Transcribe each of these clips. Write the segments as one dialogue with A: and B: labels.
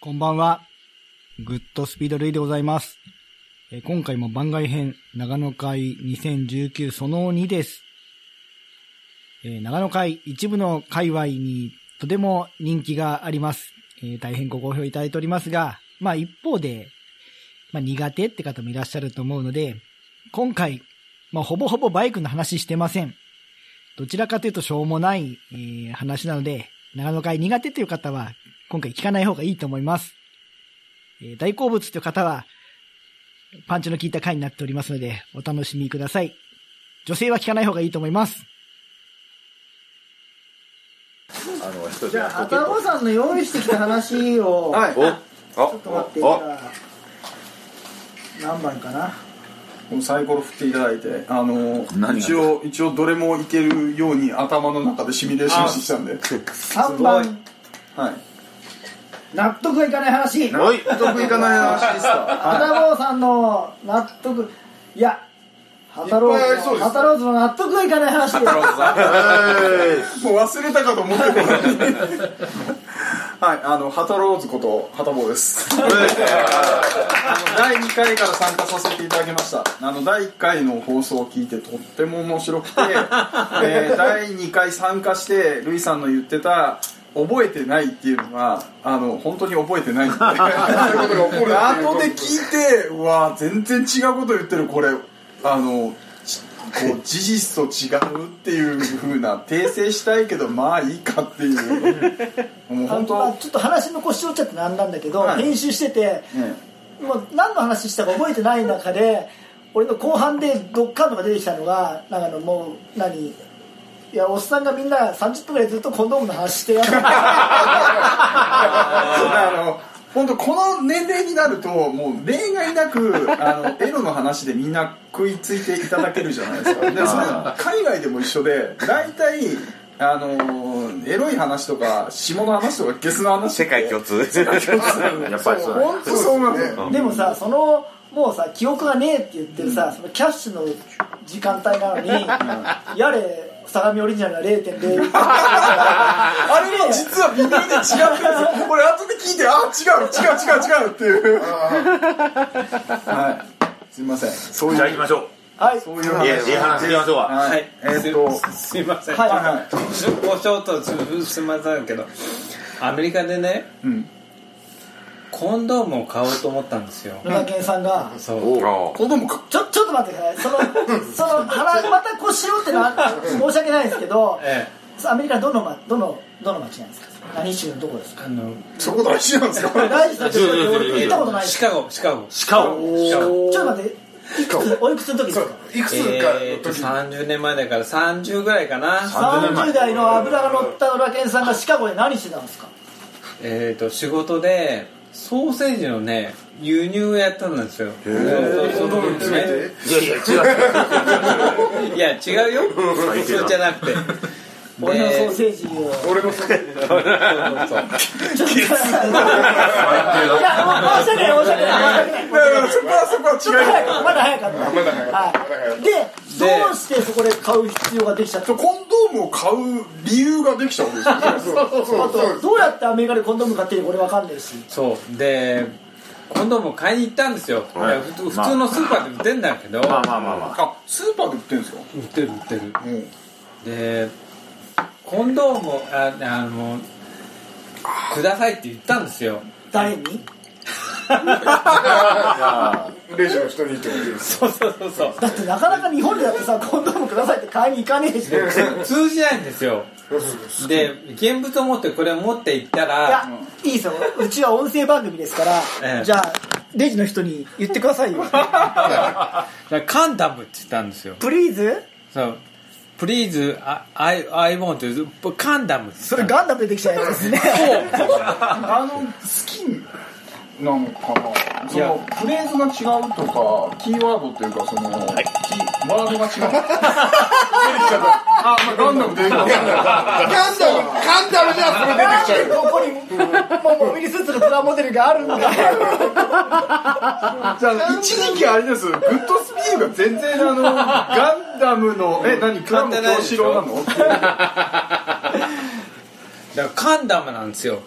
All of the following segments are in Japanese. A: こんばんは。グッドスピードルイでございます。えー今回も番外編、長野会2019その2です。えー長野会一部の界隈にとても人気があります。えー大変ご好評いただいておりますが、まあ一方で、まあ苦手って方もいらっしゃると思うので、今回、まあほぼほぼバイクの話してません。どちらかというとしょうもない、えー話なので、長野会苦手という方は今回聞かない方がいいと思います。えー大好物という方は、パンチの効いた回になっておりますので、お楽しみください。女性は聞かない方がいいと思います。
B: あの人
C: じ
B: じ
C: ゃあ、
B: ゃ
C: あたごさんの用意してきた話を、
B: はい。お、あ、
C: ちょっと待って、じ
B: お、
C: ゃあ、何番かな。
D: このサイコロ振っていただいて、あの
B: 何が
D: 一応一応どれもいけるように頭の中でシミュレーションしてきたんで、
C: 3番、
D: はい。
C: 納得がいかない話。
B: おい、得意かない話でした。
C: あたごさんの納得、いや、はたろ
D: いっぱいありそ
C: う、
D: うです
C: はたろうの納得がいかない話です。
D: もう忘れたかと思ってたのにはい、あのハタローズことハタボーです。あの第2回から参加させていただきました。あの第1回の放送を聞いてとっても面白くて、えー第2回参加してルイさんの言ってた。覚えてないっていうのがあの本当に覚えてないって後で聞いてうわ全然違うこと言ってるこれあのこう事実と違うっていうふうな訂正したいけどまあいいかっていうもう
C: あの
D: 本
C: まあ
D: 当
C: ちょっと話の腰折っちゃってなんなんだけど、
D: はい
C: 編集してて、
D: ね
C: もう何の話したか覚えてない中で俺の後半でドッカンとか出てきたのがなんかあのもう何いやおっさんがみんな30分ぐらいずっとコンドームの話 してやった
D: あの本当この年齢になるともう例外なくあのエロの話でみんな食いついていただけるじゃないですかでそれ海外でも一緒で大体あのエロい話とか下の話とかゲスの話
B: 世界共 通。やっぱりそうだね。
D: 本当そうなんだよ
C: でもさそのもうさ記憶がねえって言ってるさ、そのキャッシュの時間帯なのに、やれ相模オリジナルが0.0
D: あれも実は微妙に違ってるんですよ。これ後で聞いて、あ、違う、違う、違う、違うっていう。はい。すみません。そういう。
B: じゃあ行きましょう。
C: はい
D: そういう
B: いや、いい話行きましょうわ。
D: はい。えーっと、はい
E: すいません、
C: はい
D: は
E: ごちょっとすすいませんけどアメリカでね
D: い。うん。
E: コンドームを買おうと思ったんですよ
C: 野田健さんが
E: そう
D: 子供か。
C: ちょ、ちょっと待ってください。その、その、腹、また腰をってのは申し訳ないですけど、
E: え
C: アメリカどの、ま、どの、どの町なんですか何州のどこですか
E: えあの
D: そこ大事なんですよ。
C: 大事だけど、俺聞いたことない
E: シ
C: し。
E: カゴシカゴ
B: しかも、
C: ちょっと待って、いくつ、おいくつの時ですか
B: いくつ
E: えー、と30年前だから30ぐらいかな
C: 30代の油が乗った野田健さんがシカゴで何してたんですか
E: えっ、と仕事でソーセージのね輸入をやったんですよへそうそうそうね
B: いやいや、違う。
E: いや違うよ
B: 最低だ
E: そうじゃなくて
C: 俺のソー
E: で
C: セージを。
D: 俺のそ
E: そうそう
C: ちょっと、いや、もう申し訳ない、申し訳ない、申し訳ない。
D: こはそこは
C: ちょっと早かったまだ早かった。はい。で、
E: で
C: どうしてそこで買う必要ができちゃった
D: 違う。コンドームを買う理由ができちゃうんですよ。
C: あとどうやってアメリカでコンドーム買ってるか俺わかんないし
E: そうで今度も買いに行ったんですよ、
B: はい
E: いやふつ普通のスーパーで売ってんだけど、
B: まあまあまあまあ。
D: あ、スーパーで売ってるんですよ。
E: 売ってる売ってる
D: うん。
E: で今度もああのくださいって言ったんですよ
C: 誰に
F: レジの人に言ってもいいです
E: そうそうそうそう
C: だってなかなか日本でだってさコンドームくださいって買いに行かねえ しいや
E: 通じないんですよで現物を持ってこれを持って行ったら
C: いいですようちは音声番組ですから、
E: ええ
C: じゃあレジの人に言ってください よ
E: カンダムって言ったんですよ
C: プリーズ
E: そうプリーズアイアイボンってカンダムって
C: それガンダム出てきちゃうやつですね
D: あの、スキンなのかなそ
E: いや
D: の、フレーズが違うとか、キーワードっていうか、その、キーワードが違う。あ、ま あ、ガンダム出てきた。
F: ガンダムガンダムじゃんそれ
C: な
F: 出て
C: ん
F: きちゃう
C: でここにもうモビルスーツのプラモデルがあるんだよ
D: じゃあ、一時期あれです。グッドスピードが全然、 あの、ガンダムの、え、何、クラム京志郎なの
E: だからカンダムなんですよ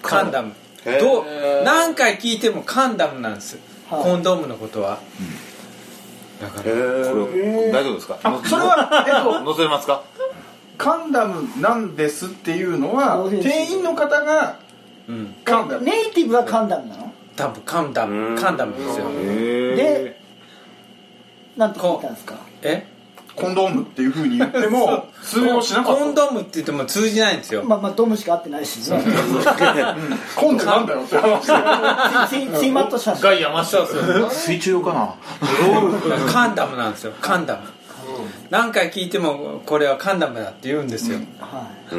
E: カンダム
B: へー
E: どう何回聞いてもカンダムなんです、
C: はい
E: コンドームのことは、だから
B: こ れ大丈夫ですか
D: あそれは、
B: 載せますか
D: えっと、カンダムなんですっていうのは
C: どういう意味
D: 店員の方が
E: うん
D: カンダム
C: ネイティブはカンダムなの
E: 多分カンダ
B: う
E: ム
B: ん
E: カンダムですよ
C: でなんて聞いたんですか
E: え
D: コンドームっていうふうに言って も通用しなかった
E: コンドームって言っても通じないんですよ
C: まあまあドムしか合ってないしね
D: コンってなんだよって話
C: ツイツイマットしたんです
B: ガイアマスター
D: 水中かな
E: カンダムなんですよカンダム、何回聞いてもこれはカンダムだって言うんですよ、
C: はい
D: こ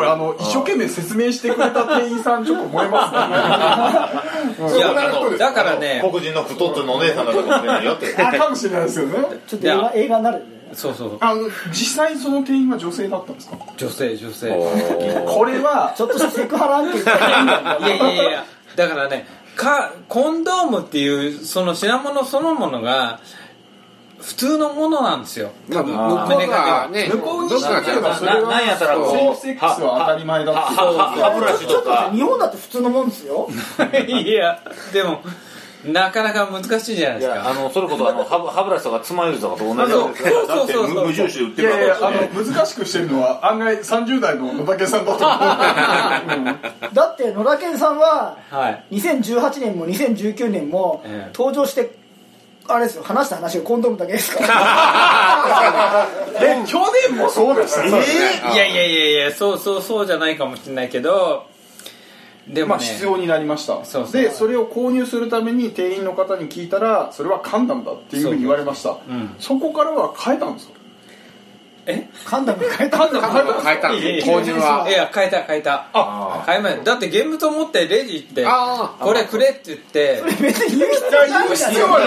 D: れあの一生懸命説明してくれた店員さんちょっと燃えますね
E: い
F: そこな
E: や
F: ことです
E: だからね
B: 黒人の太ってのお姉さんだと思ってないよって
D: あかもしれないですよね
C: ちょっと映画映画になるよね
E: そうそう
D: あの実際その店員は女性だったんですか
E: 女性女性
D: これは
C: ちょっとしたセクハラ案件みたいない
E: やいやいやいやだからねかコンドームっていうその品物そのものが普通のものなんですよ
G: 向こうがね、
D: 向こうに
G: どっ
D: し
G: か
D: てれば
G: が
D: それは
B: なんやったらこう
D: セーフセックスは当たり前だっていう
B: 歯ブラシ
C: ちょ
B: と
C: っと待っ
B: か
C: て日本だって普通のもんですよ
E: いやでもなかなか難しいじゃない
B: い
E: です
B: やあ
E: か
B: のそれこそあの歯ブ歯ブラシとか爪楊枝とかと同じ
E: そうそう
B: だ
E: そ
B: っ
E: う
B: て
E: そう
B: 無無印で売って
D: い
B: るわ
D: やい
B: けで
D: や
B: すよ
D: あ
B: ね
D: の難しくしてるのは案外30代の野田家さんだと 思う、うん
C: だって野田健さんは
E: はい
C: 2018年も2019年も
E: ええ
C: 登場してあれですよ話した話がコンドームだけですから
D: え去年もそうでした
E: いやいやいやいやそうそうそうじゃないかもしれないけどで
D: ま
E: も
D: あ
E: ね
D: 必要になりました
E: そうそう
D: でそれを購入するために店員の方に聞いたらそれはカンダムだっていうふうに言われましたそ
E: うん
D: こからは変えたんですよ
E: え
C: カンダム変えた
D: カンダム
G: 変えたの購入はい
E: や変えた変えた
B: あ
E: 変えましただって現物を持ってレジ行って
G: あ
E: これくれって言って
C: 別に言う必要ないじゃん
D: 要は
B: ワ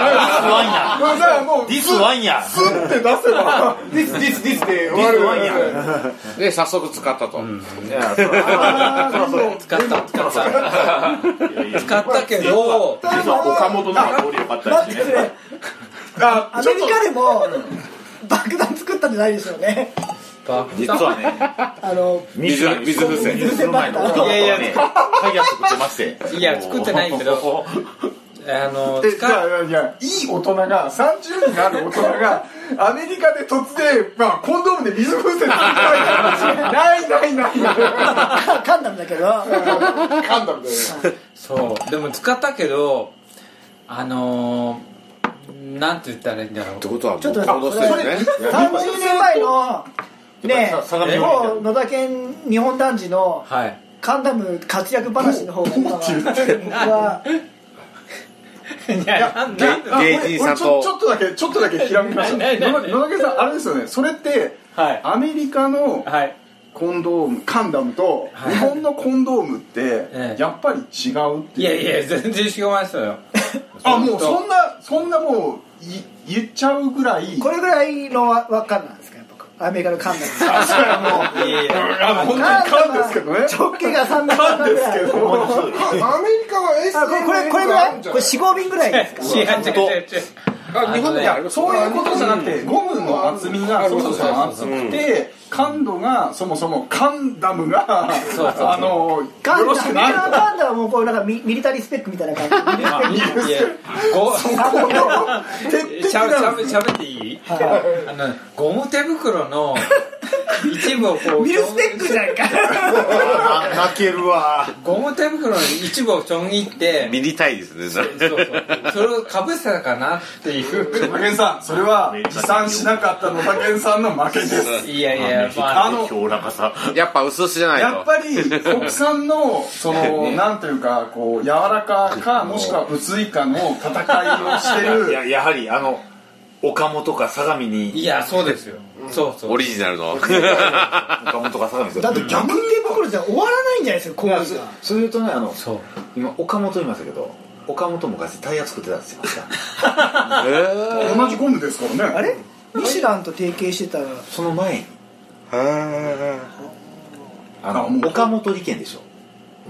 B: ンや
D: ないだからもう
B: ディスワンや
D: スって出せば
F: ディスディスディスで終わる
B: ディスワンや
G: で早速使ったと、
B: いやそら
E: 使った使った
B: いやいや
E: 使ったけど
B: 実は岡本の方が通りよかった
C: 待
B: り
C: っ
B: して
C: く
B: ね
C: れアメリカでも爆弾作ったんじゃないですよ ね
B: 実はね
C: あの
B: 水水風船水の前の岡本
E: いや
B: はいね
E: や
B: タイヤ作ってまして
E: いや作ってないけどあの
D: えじゃあ
E: 使
D: いやいやいい大人が30になる大人がアメリカで突然、まあ、コンドームで水風船作りたいからないないないな
C: カンダムだけど
F: カンダムで
E: そうでも使ったけどあのーなんて言ったらいいんだろう
G: ってことは
C: ちょっと
G: 行動してるね
C: 30年前のね
B: さ相模
C: え
B: 原
C: もう野田健日本男児の
E: はい
C: カンダム活躍話の方が今は僕 は
E: ないやなん
D: い
G: 芸人さんと
D: 俺ちょちょっとだけちょっとだけひらめきました
E: ないないないない
D: 野田家さんあれですよねそれって
E: はい
D: アメリカの
E: はい
D: コンドームカンダムと
E: はい
D: 日本のコンドームって
E: ええ
D: やっぱり違うって
E: い
D: いう
E: やいや全然違いましたよ
D: あもうそんなそんなもうい言っちゃうぐらい
C: これぐらいのわわかんなんですかやっぱアメリカのカンダム
E: いやいや
D: あの本当にカンですけどね
C: 直径が3メートル
D: カン
C: ぐ
D: です
C: らい
D: けど
F: アメリカは S
C: あこれこれこれぐらいこれ45便ぐらいですか
E: 違う違う違う違う
G: あ日本である
D: そういうことじゃなくてゴムの厚みがそもそも厚くて感度がそもそもカンダムが
E: そうそう
D: あの
C: カン
D: よ
C: ダ
D: ろ
C: ムア
D: し
C: メリ
D: くない
C: カのカンダムはもうこうなんかミミリタリースペックみたいな感じミ リタリースペック
E: いやご
D: と鉄
E: しゃ
D: 壁
E: べし
D: なんです
E: ゃべしゃべっていい
C: はい
E: あのゴム手袋の一部をこう
C: ミルスペックじゃんか
B: あな泣けるわ
E: ゴム手袋の一部をちょん切って
G: 見にたいですねそれ
E: そうそうそれをかぶせたかなっていう
D: 武健さんそれは持参しなかった野田健さんの負けです
E: いやいやま
D: あ
E: あ
D: の
B: ひょうらかさ
G: やっぱ薄しじゃないと
D: やっぱり国産のそのなんというかこう柔らかかもしくは薄いかの戦いをして
B: い
D: る
B: ややはりあの岡本か相模
E: い
B: に
E: やそうですよそうそう
G: オリジナルの
B: 岡本か相模ですよ
C: だって逆手袋じゃ終わらないんじゃないですか攻撃
B: そ
C: が
B: それとねあの
E: そう
B: 今岡本いましたけど岡本昔タイヤ作ってた んですよ
D: 同じゴムですからね
C: あれミシュランと提携してたら
B: その前にあ
D: あもう
B: の岡本利権でしょ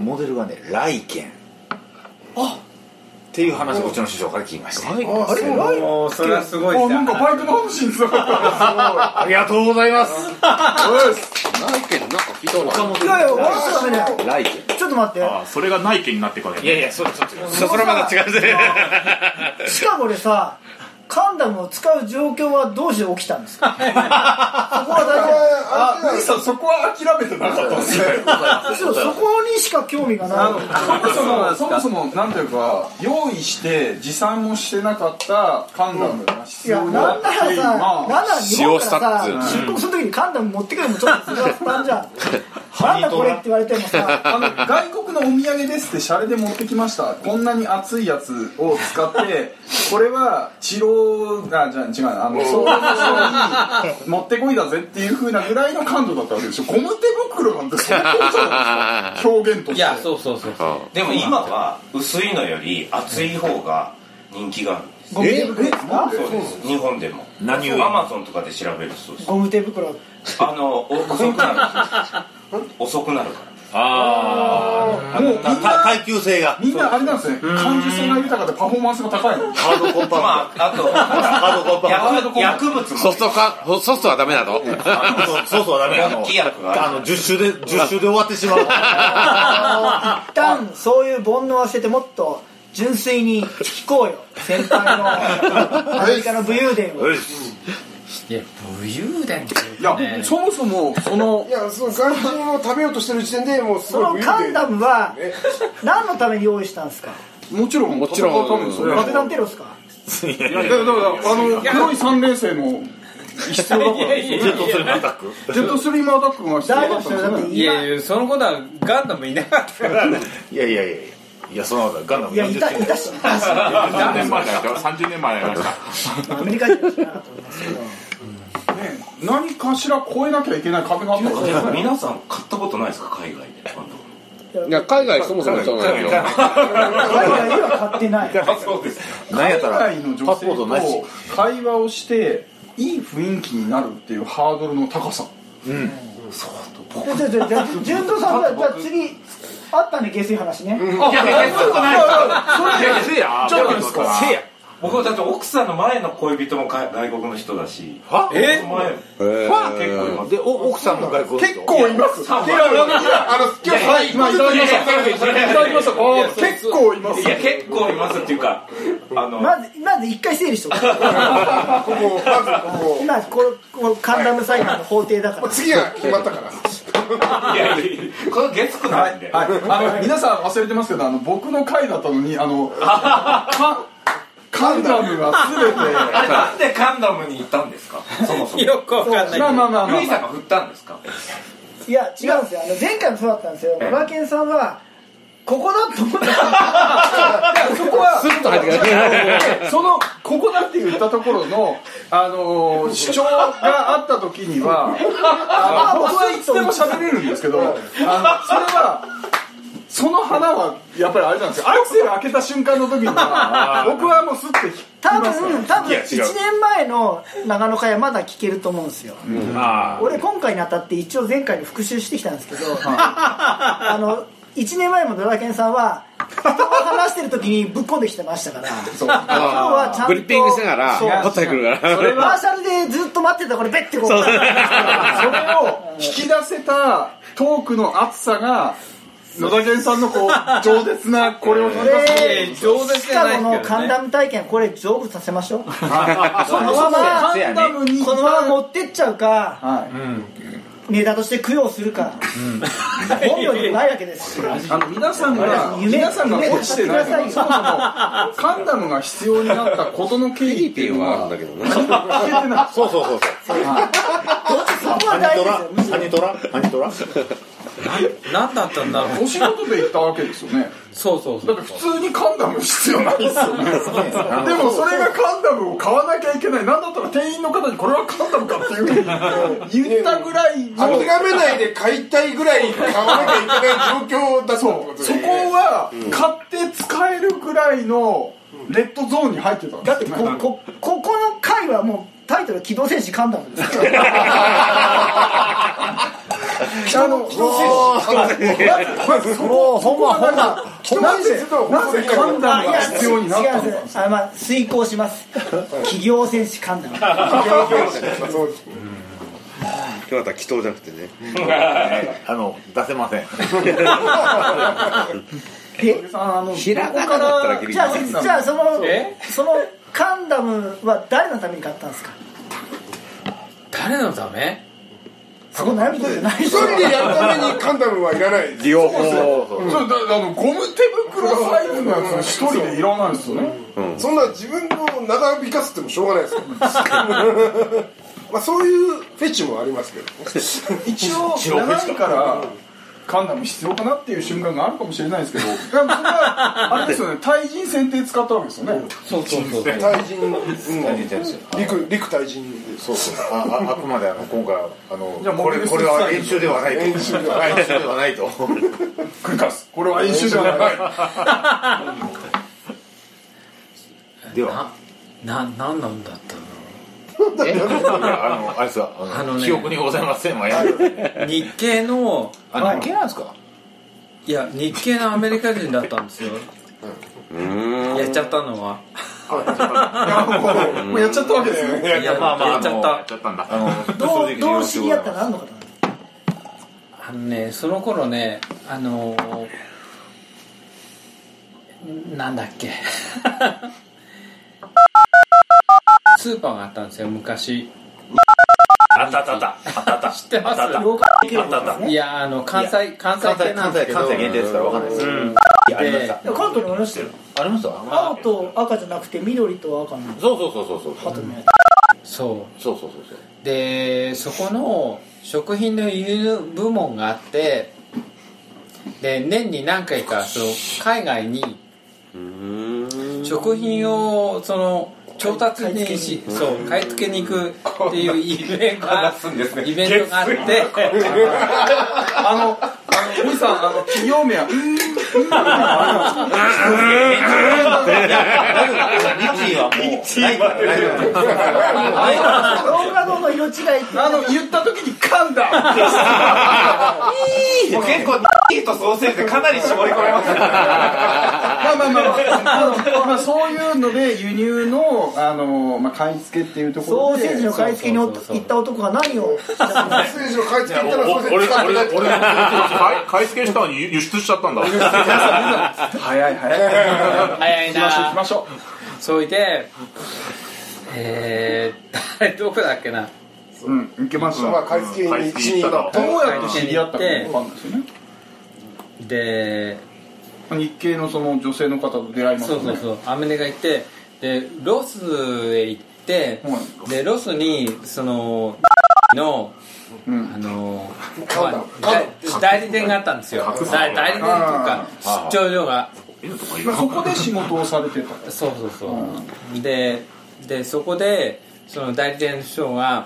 B: モデルがね来県
C: あ
B: っていう話をうちの師匠から聞きました
C: ああれライ
E: もうそれはすごい
D: あ
E: さ
D: なんかバイクの話につながった
B: ありがとうございます
D: すごいです
G: ないけどなんか聞いたことある
C: いやいや、ワンダメだよ。
G: ライケン
C: ちょっと待って。
H: あそれが内見になってから
E: いやいや、そうです、そうです。
C: それまだ違う しかも俺さ、カンダムを使う状況はどうして起きたんですかそこは
F: あれだよ
D: さんそこは諦めてなかったんですね
C: 大体、そうそこにしか興味がない。
D: そも
E: そ
D: そもそもなんというか用意して持参もしてなかったカンダムが
C: い
D: 必
C: や、
D: 要
C: な
D: だ
C: ん
D: っ
C: な
D: た
C: らさ、なんな
D: まあ
C: ら日本から
G: 使用
C: さ、出国するときにカンダム持ってくるのもちょっとそれは負担じゃん。なんだこれって言われても さ、
D: あの外国のお土産ですってシャレで持ってきましたこんなに熱いやつを使ってこれは治療あじゃあ違うなあのそういうに持ってこいだぜっていうふうなぐらいの感度だったわけでしょゴム手袋なんて相当じゃないですか表現として
E: いや、そうそうそうそう。
I: でも今は薄いのより厚い方が人気があるんです
C: ゴム手袋ですか
I: そうです日本でも
H: 何を
I: アマゾンとかで調べるとそうです
C: ゴム手袋。
I: あのお遅くなるんですよ遅くなるから
H: あ
D: もうみん
H: あ
D: な
H: 耐久性が
D: みんなあれなんですね感受性が豊かでパフォーマンスが高いの
H: ハードコンパウンド
I: まああと
H: ハードコンパウンド
I: 薬薬物も
G: ソフトかソフトはダメなの
H: あのそうそうダメあの
I: 大きいやつがある
H: あの10周で10周で終わってしまう
C: あの一旦そういう煩悩を忘れてもっと純粋に聞こうよ先輩のアメリカの武勇伝を
H: うい
E: いや、武勇伝っていう
D: いや
E: かね
D: そもそもその
F: いやその外人を食べようとしてる時点でもうす
C: そ
F: ご
C: の
F: い武勇
C: カン
F: 伝
C: ダムは
F: ね
C: 何のために用意したんですか
D: もちろんも
G: ちろん
D: ためですよね
C: 爆弾テロですか
D: いやだからだからあの黒い三連星も必要だからです
H: ジ
D: よね
H: ェットストリームアタック
D: ジェットストリームアタックが必要
C: 大丈
D: だ
C: 夫
D: っ
C: で
D: た
C: す
D: んで
C: よだ
D: すよ
C: っ
D: ね
C: て
E: いやい
C: 今
E: や、そのことはガンダムいなかったからね。
H: いやいやいやいやいやそんなことないガンダム
C: いや
H: 40
C: いたいたし
H: 何年前
J: 30年前やり ました
C: アメリカ人は知らなかったと思いますけど
D: 何かしら超えなきゃいけない壁があったからね
I: 皆さん買ったことないですか海外で今度
G: いや海外そもそもそうなんだよ
C: 海外では買ってない
H: 何やったら
D: 海外の女
H: パスポートなし
D: 性と会話をしていい雰囲気になるっていうハードルの高さ
C: でじゃあじゃあじゃあ順当さんじゃあじゃあ次あったね下水話ね
D: じゃないですか
I: せや僕はだって奥さんの前の恋人もか外国の人だし
H: は
I: え前は結構います
H: でお奥さんも外国人
D: 結構います
I: さあ
F: あの今日
D: はい今いただきましたいただきました結構います
I: いや結構いますっていうかあの
C: まずまず一回整理しておく
F: ここまずここ
C: 今このこのカンダム裁判の法廷だから
F: 次が決まったから
I: いやいやいやこれゲスくないんで、
D: はい、あの皆さん忘れてますけどあの僕の回だったのにあのカカンダムが全て
I: あれなんでカンダムに行ったんですかそもそも
E: よくわかんない。
D: まあまあまあま
I: ルイさ
D: あ
I: んが振ったんですか
C: いや違うんですよあの前回もそうだったんですよ馬券さんはここだと 思った
D: そこは
G: スッと入ってくる
D: そのここだって言ったところの、あのー主張があった時にはあの僕はいつでも喋れるんですけどあのそれはその花はやっぱりあれなんですよアクセル開けた瞬間の時には僕はもうすって引き
C: 多
D: ますから
C: 分多分
H: いや違う
C: 1年前の長野会はまだ聞けると思うんですよ
H: あ
C: 俺今回にあたって一応前回に復習してきたんですけど あの1年前もドラケンさんは人が話してる時にぶっこんできてましたから今日はちゃんと
G: グリッピングしなが
C: そう
G: ら取ってくるから
C: マーシャルでずっと待ってたこれベッてこう
D: それを引き出せたトークの熱さが野田源さんのこう饒舌なこれを引き出す
E: ええ上手
C: し
E: じゃない
C: か
E: です
C: も
E: け
C: の
E: ど
C: カン
E: ね。
C: ダム体験これ成仏させましょうこ
D: そ
C: の
D: の
C: ま
D: まま
C: ま
D: カンダムに
C: このまま持ってっちゃうか
D: はい
C: ネタとして供養する か本名でもないわけですし
D: あの皆さんが
C: 夢
D: 皆さんが落ちてないの
C: 夢
D: はそもそもカンダムが必要になったことの経緯っていうのは
G: だけどね
D: 聞けてない
H: あそうそうそうそう
C: そこは
H: ハ
C: 大
H: ニト
C: 事
H: ラ
C: ですよむし
H: ハ
C: ろ
H: ニトラハニトラ
E: 何だったんだろう。
D: お仕事で行ったわけですよね
E: そうそうそ
D: だっ
E: う
D: て。普通にカンダム必要ないですよねでもそれがカンダムを買わなきゃいけないなんだったら店員の方にこれはカンダムかっていうふうに言ったぐらいの
F: 諦めないで買いたいぐらい買わなきゃいけない状況だそうこと
D: そこは買って使えるぐらいのレッドゾーンに入ってたんで
C: だっ
D: す
C: て
D: よ
C: こ
D: ね
C: こここの回はもうタイトル「機動戦士カンダム」です から
D: あの
H: まずもうほんまほんま
D: なぜなぜカンダムが必要になった
C: 違
D: の
C: う
D: か
C: んですあまあ遂行 します企業戦士カンダム
F: そう
G: 今日は祈祷じゃなくてね。
B: あの出せません
C: え
D: あの
G: ひらがなだったらギリギ
C: じゃあ
G: リ。
C: じゃあその
E: え
C: そのカンダムは誰のために買ったんですか
E: 誰のため
C: そこ悩みとじゃない
F: 一人でやるためにカンダムはいらないです
G: 両方。
D: そうだあのゴム手袋サイズのやつ一人でいらないですよね
F: そんな自分を長引かせてもしょうがないですよ まあそういうフェチもありますけど
D: 一応長いからカンダム必要かなっていう瞬間があるかもしれないですけどでもそれはあれですよね対人戦って使ったわけですよね
E: そうそうそうそう
F: 対人、うん、
B: ですよ
F: 陸陸対人で
B: そうそうあああくまであの今回はあの
D: じゃあ
B: これ
D: モビルスーツ
B: これは練習ではないと
F: 練習では
B: 練習ではな いと
D: 繰り返すこれは演習じゃない
B: では
E: なな何なんだったの
B: あのあれですわあ
E: あ
B: の
E: のね
B: 記憶にございませんわやる
E: 日系の
B: あ何系なんですか
E: いや日系のアメリカ人だったんですよやっちゃったのは
D: もうやっちゃったわけですよね
E: いやまあまあやっちゃっ
B: や
E: た
B: っちゃったんだあの
C: どうどう知
B: 正
C: り合
B: 直
C: っ
B: に
C: たのあんのかな
E: あのねその頃ねあのーなんだっけ スーパーがあったんですよ昔
I: あったあったあったあったあった
E: 知ってます
I: あったあっ
C: ローカル
I: たあったあった
E: いやあの関西関西
B: 関
E: 系
B: 西
E: なん
B: 関
E: ですけ
B: 西
E: ど
B: 関西限定ですからわかんないですいやありまし
E: で
B: た
C: でも関東にもいましたよ
B: ありました
C: 青と赤じゃなくて緑と赤の
B: そうそうそうそうそうそう
C: 後のや
E: そう
B: そうそうそう
E: でそこの食品の輸入部門があってで年に何回かその海外に食品をその調達にしそう買い付けに行くっていうイベントがイベントがあって
D: あのあのおじさんあの企業名はうーん
C: つ
B: 1位はもうないから大丈夫
C: ローカルの色違いって
D: あの言った時にカンダム
I: もう結構ニーとソーセージでかなり絞り込めます
D: まあまあまあ、まあ、まあそういうので輸入のあの、まあ、買い付けっていうとこ
C: ソ
D: ろ
C: ー
D: で
C: セージの買い付けにお行った男が何を
F: メッセージを書いていったらそれ
H: 俺、
F: で使って
H: 俺
F: な、
H: 俺
F: い
H: 買い買い付けしたのに輸出しちゃったんだ。
D: 早い早い
E: 早
D: 行
E: い
D: きましょう行き
E: な
D: ましょ
E: そいでえー、誰どこだっけな
D: ううん行きましょう
F: まあ買い付けに一人の
D: どうやって知り合ったか分かんないですよね
E: で
D: 日系のその女性の方と出会います
E: そ
D: よ
E: う
D: ね
E: そうそうアメリカ行ってでロスへ行って、
D: はい
E: でロスにそのの、
D: うん
E: あの
F: カンダム
E: まあだ代理店があったんですよ代代理店っていうか出張所が
D: まあ、そこで仕事をされてた
E: そうそうそう、ででそこでその代理店の人が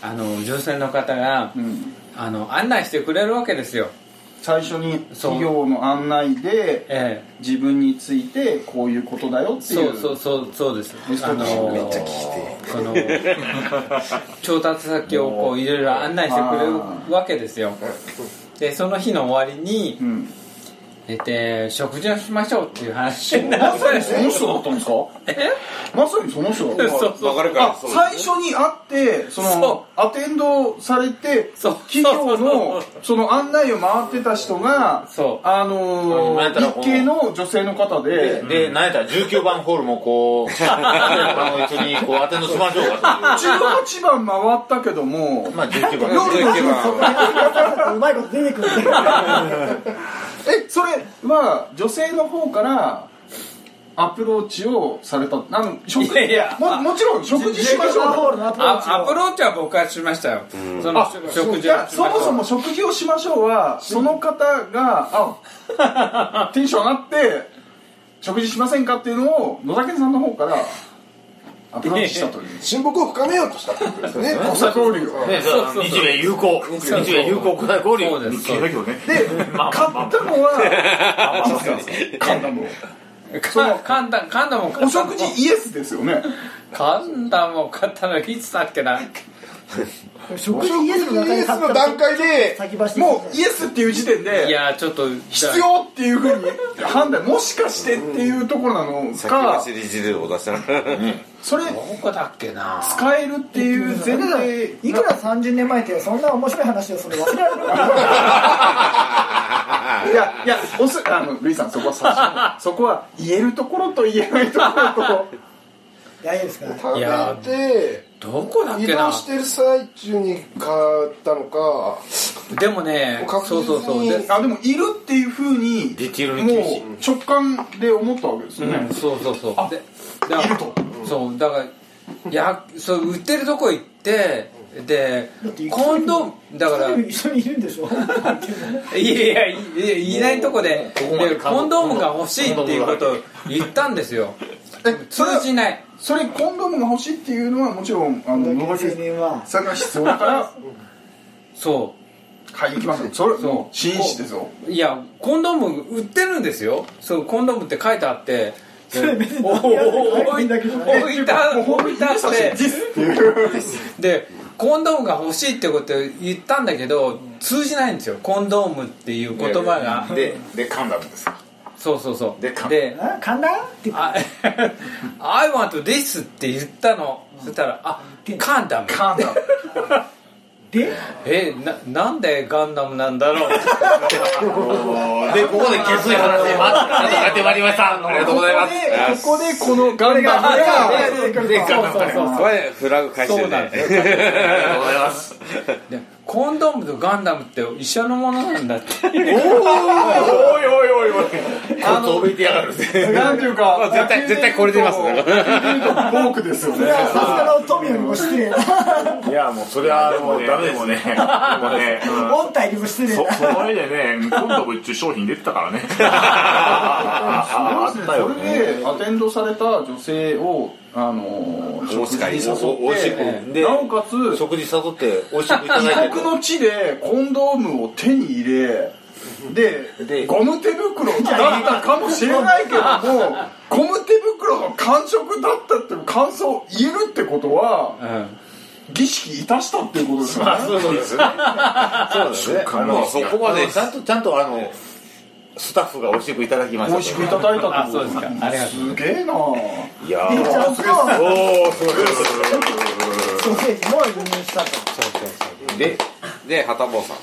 E: あの女性の方が、
D: ん
E: あの案内してくれるわけですよ
D: 最初に
E: そう
D: 企業の案内で
E: ええ
D: 自分についてこういうことだよってい
E: そううそうそうそうです
D: ミスタ
E: あ
D: ー
E: の
D: め
E: め
D: っちゃ聞い
E: その 調達先をこういろいろ案内してくれるわけですよでその日の終わりに
D: うん
E: 寝て食事をしましょうっていう話になっ
D: まさ
E: て
D: にその人だったんですかまさにその人だった
E: そうそう
G: わかるから
D: あ
G: そう
D: 最初に会ってその
E: そ
D: アテンドされて
E: そう
D: 企業
E: そ
D: の
E: う
D: その案内を回ってた人が
E: そう
D: あの
B: なんやったら
D: ー
B: こ
D: 日
B: の
D: 系の女性の方で
B: で、なんやったら19番ホールも こう、あの、一緒にこう、当てのしましょうかってい
D: 18番回ったけども
B: う。まあ、19番。
D: 夜の
C: うまいこと出てくるんで
D: えそれは女性の方からアプローチをされたあの食
E: いやいや
D: ももちろん食事しましょう
C: ホールのアプローチ
E: あアプローチは僕はしましたよその食事をし
D: いや
E: まし
D: そもそも食事をしましょうはその方があ テンション上がって食事しませんかっていうのを野田健さんの方からアプローチしたという
F: 親睦を深めようとしたってことですね
D: お酒交流を
B: ね、日米友好。日米友好国際交流。日系だけどね。で、まあ、
D: 買ったのはカンダムを
E: かカンダカンダムを買
D: お
E: ったの
D: 食事イエスですよね
E: カンダムを買ったのいつだっけな
C: 食事イエスの中
F: イエ
C: に
F: スの段階で
C: 先走って
D: もうイエスっていう時点
E: い
D: で
E: やちょっと
D: 必要っていうふうに判断もしかしてっていうところなの
G: 先
D: か
G: 走り汁を出したら
D: それ
E: どこだっけな
D: 使えるっていう前提
C: いくら30年前ってそんな面白い話をするの忘れられるのかない
D: やいやおすあのルイさんそこは差しそこは言えるところと言えないところと
C: いやいいですか
E: いや
F: 食べ
E: どこだって
F: 移
E: け
F: 動
E: な
F: してる最中に買ったのか
E: でもね
F: 確実
E: そう
F: に
E: そうそうで
D: あでもいるっていうふうに
B: ディティールに厳しい
D: もう直感で思ったわけですよね、
E: そうそうそうでだからそうだからやそう売ってるとこ行ってで今度だから
C: 一緒にいるんでしょ
E: いやいやいやいないとこで
B: ここまで
E: でコンドームが欲しいっていうことを言ったんですよ通じない
D: それコンドームが欲しいっていうのはもちろんあの野
C: 青
D: 上
C: 年は
D: さんが必要だから
E: そ
D: 買いに行きますよそれ
E: う
D: も
E: そう
D: 紳士ですよ
E: ういやコンドーム売ってるんですよそうコンドームって書いてあって
C: それ別に
E: おお
C: 何やるの
E: 置い
C: だけじゃない
E: 置いた置いたって
D: っていう
E: でコンドームが欲しいってことを言ったんだけど通じないんですよコンドームっていう言葉が
B: でで噛んだんですか
E: そうそうそう
B: でか
E: で
C: あ観覧って言っ
E: あ I want this って言ったのそしたら「あカンダム」
D: カンダム
C: て
E: えななんでガンダムなんだ ろう
B: でここで決意話でまたやってまいりましたありがとうございます
D: ここでこのガンダムが
B: でかかった
G: これフラグ回収
E: そうなんですよ
G: で
B: ありがとうございます
E: でコンドームとガンダムって一緒のものなんだって
B: おいおいおいおいあの飛びてやがるぜ
D: なんていうか
G: 絶対絶対これ出ます
D: ボ
G: ね
D: ークですよ
C: い
D: ね
C: やさすがの富よりも失礼
B: いやもうそれはもうダメですねもうねうん
C: 本体にも失礼
B: そ
C: だ
B: その上でね今度も一応商品出てたからねああったよ
D: それ
B: ね
D: でアテンドされた女性をあのー
G: お使い
D: 食事に
B: おお美味し
D: 誘っ
B: い
D: て
B: で
D: なおかつ
B: 食事誘って美味しくいただい
D: 異
B: て
D: 国の地でコンドームを手に入れで
B: で
D: ゴム手袋だったかもしれないけどもゴム手袋の感触だったっていう感想を言えるってことは
E: うん
D: 儀式いたしたっていうことですよね
B: そういうことですねそうですねあの
G: そこまで
B: ちゃんとちゃんとあのスタッフが美味しくいただきました
D: 美味しくいただいたっ
E: あ
D: て
E: そ
D: こ
E: うです
D: と
E: かありがとう
D: すげえな
G: すいや
C: いい
G: ー
C: じゃんと
B: おおそうです
C: ソーセージも輸入したと
G: でで畑坊さん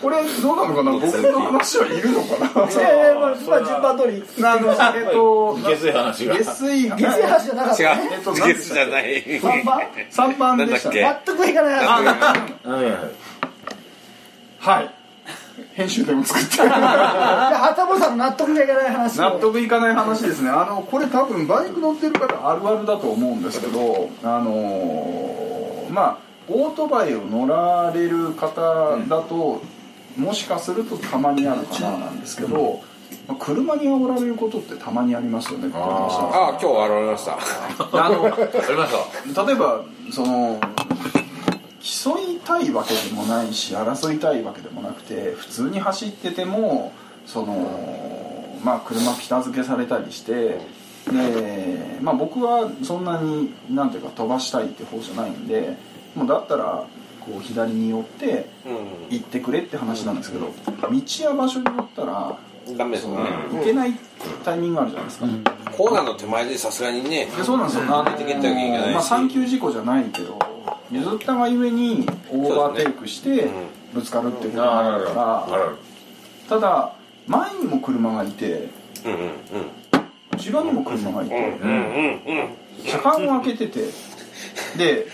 D: これどうなのかな僕の話はいるのか
C: いやいやまあまあ順番通り
D: なあのえっと
B: 下水話が
D: 下水
C: 下水橋じゃなかったね
D: えっと
G: 違う
D: 何で
G: ゲ
D: し
G: ス
D: た
G: じゃない
C: 看板
D: 3番でしたね
G: なんだ
C: 全くいかない話
D: はい編集でも作って
C: で旗本さんの納得がいかない話
D: 納得いかない話ですねあのこれ多分バイク乗ってる方あるあるだと思うんですけどあのーまあオートバイを乗られる方だと、もしかするとたまにあるかななんですけど、まあ車におられることってたまにありますよねって話なんです
G: ああ今日現れました
D: あの
B: ありまし
D: 例えばその競いたいわけでもないし争いたいわけでもなくて普通に走っててもそのまあ車ピタ付けされたりしてでまあ僕はそんなになんていうか飛ばしたいって方じゃないんでもうだったらこう左に寄って行ってくれって話なんですけど道や場所に寄ったら
G: ダメです
D: そ
G: ね
D: の行けないタイミングあるじゃないですか。
G: コーナーの手前でさすがにね
D: でそうなんですよ、あの
G: ていかなきゃいけないし
D: まあ、産休事故じゃないけど譲ったがゆえにオーバーテイクしてぶつかるっていうことがあるから、ただ前にも車がいて
G: うんうん
D: 後ろにも車がいて
G: うんうんうんうん
D: 車間を開けててで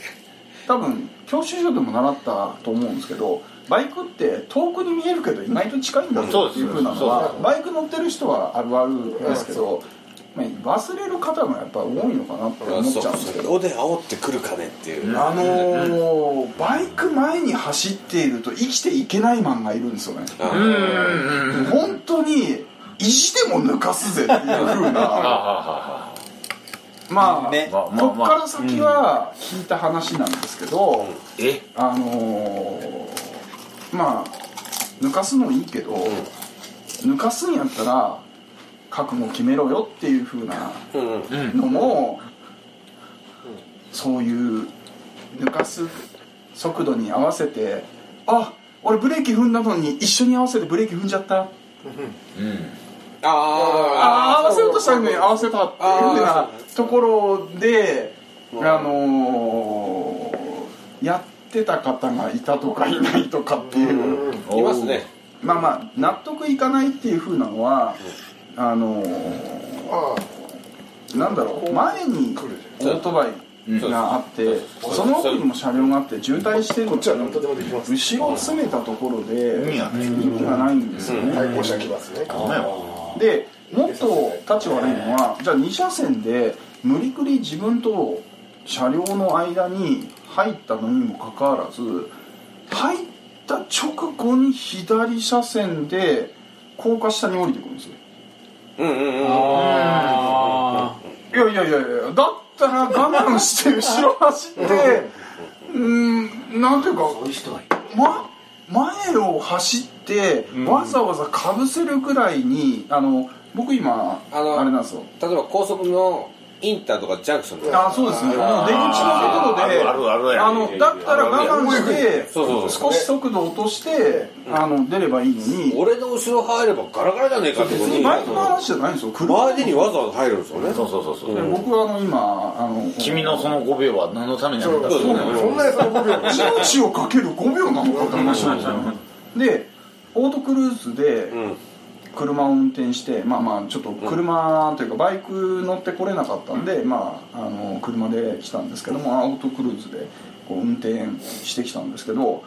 D: 多分教習所でも習ったと思うんですけどバイクって遠くに見えるけど意外と近いんだぞっていうふうなの
B: そう
D: はバイク乗ってる人はあるあるですけど、まあ、忘れる方もやっぱ多いのかなって思っちゃうんですけど
G: そこで煽ってくるかねっていう
D: あのー、バイク前に走っていると生きていけないマンがいるんですよね 本当に意地でも抜かすぜっていうふうなまあ、
E: ね
B: まあま
D: こ
B: あ
D: っ
B: まあ
D: から先は聞いた話なんですけど、
B: え
D: あのー、まあ抜かすのいいけど、抜かすんやったら覚悟決めろよっていうふうな
G: うんうん
D: のも、そういう抜かす速度に合わせてあ俺ブレーキ踏んだのに一緒に合わせてブレーキ踏んじゃったあー合わせようとしたのに合わせたっていうふうなところであのーやってた方がいたとかいないとかっていう
G: いますね
D: まあまあ納得いかないっていうふうなのはあのーなんだろう前にオートバイがあってその奥にも車両があって渋滞してるのに後ろを詰めたところで
B: 意味がない
D: 意味がないんですよね
F: 対向車来ますね
B: ダメよ
D: でもっと立ち悪いのはじゃあ2車線で無理くり自分と車両の間に入ったのにもかかわらず入った直後に左車線で高架下に降りてくるんですよ
G: うんうんうん
E: あ
D: いやいやいやいやだったら我慢して後ろ走ってうーんなんていうかま、前を走ってわざわざかぶせるぐらいにあの僕今あ
G: あの
D: れなんですよ
G: 例えば高速のインターとかジャンクションとか
D: あそうですねもう出口のところで
I: あるあるあるや
D: あのだったら我慢して
G: そうそうそう
D: 少し速度落としてあの出ればいいのに
G: 俺の後ろ入ればガラガラじゃねえかってことに
D: 前の話じゃないんですよ車
G: 周りにわざわざ入るんですよね
B: そうそうそうそう
D: 僕はあの今あの
B: 君のその5秒は何のためにあるんだ
G: そうそう
F: そんなやつの5秒
D: 命をかける5秒なのかって話なんですよでオートクルーズで
G: ん
D: 車を運転して、まあまあちょっと車というかバイク乗ってこれなかったんで、まあ、あの車で来たんですけどもあオートクルーズでこう運転してきたんですけども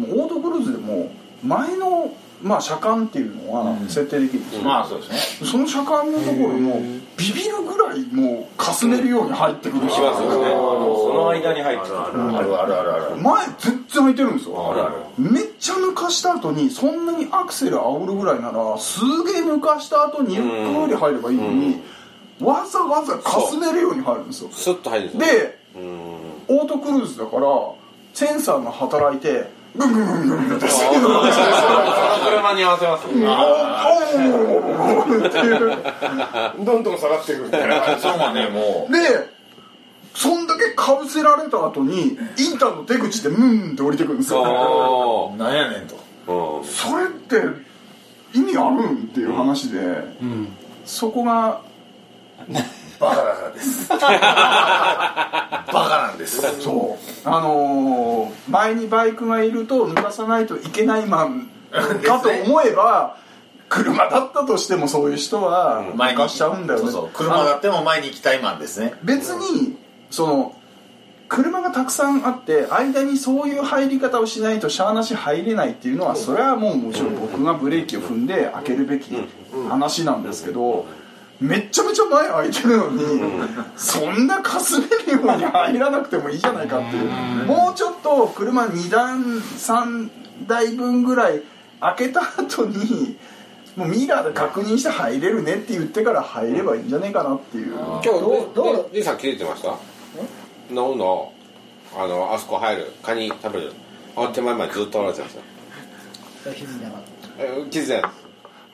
D: うオートクルーズでも前の、まあ、車間っていうのは設定できるんですよ、
B: まあそうですね
D: その車間のところもビビるぐらいもうかすめるように入ってくるし
G: ますよね
I: その間に入って
B: あるあるあるある
D: 前全然空いてるんですよ
B: あるある
D: めっちゃ抜かした後にそんなにアクセル煽るぐらいならすげえ抜かした後にゆっくり入ればいいのにわざわざかすめるように入るんですよ
G: スッと入るんですよ
D: でオートクルーズだからセンサーが働いてグングングングングンってスピードが出してるんですよ
I: 車に合わせます
F: どんどん下がっていくみたいな
B: それはねも
D: でそんだけかぶせられた後にインターの出口でムーンって降りてくるんですよ
G: あ
B: うなんやねんと
G: ーうん
D: それって意味あるんっていう話で、そこが
B: バカだからですバカなんです
D: そうあのー前にバイクがいると抜かさないといけないマンかと思えば車だったとしてもそういう人は抜かしちゃうんだよね、
B: そうそう車だっても前に行きたいマンですね
D: 別にその車がたくさんあって間にそういう入り方をしないとしゃあなし入れないっていうのはそれはもうもちろん僕がブレーキを踏んで開けるべき話なんですけどめっちゃめちゃ前開いてるのにそんなかすめるように入らなくてもいいじゃないかっていうもうちょっと車2段3台分ぐらい開けた後にもうミラーで確認して入れるねって言ってから入ればいいんじゃねえかなっていう。
G: 今
C: どうど
G: 日リリさん切れてましたなんだあのあそこ入るカニ食べるあ手前までずっとあられてましたえ気づいてない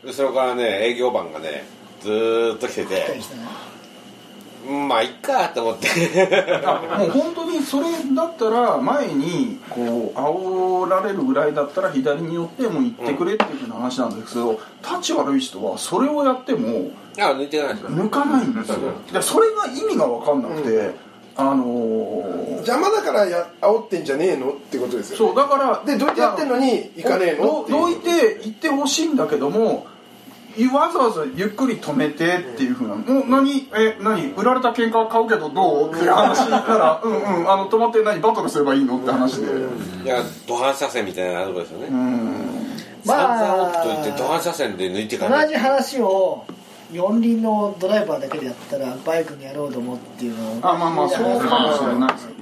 G: です後ろからね営業マンがねずーっと来ててうんまあいっかと思って
D: あもう本当にそれだったら前にこう煽られるぐらいだったら左に寄ってもう行ってくれっていうふうな話なんですけど立ち悪い人はそれをやっても
G: あ抜いてないです
D: 抜かないんですよでそれが意味が分かんなくて、あのー
F: 邪魔だからや煽ってんじゃねえのってことですよ
D: そうだから
F: でどうやってやってんのに行かねえの
D: ど
F: っていう
D: どいて行ってほしいんだけどもわざわざゆっくり止めてっていうふうな「もう何え何売られた喧嘩買うけどどう?」っていう話から「うんうんあの止まって何バトルすればいいの?」って話で。
G: いやドハン車線みたいなとこですよね、散々
C: ま
G: 奥と言ってドハン
C: あ
G: 車線で抜いていかな
C: 同
G: い
C: じ話を四輪のドライバーだけでやったらバイクにやろうと思っていうのは
D: あまあまあそうかもしれないですよね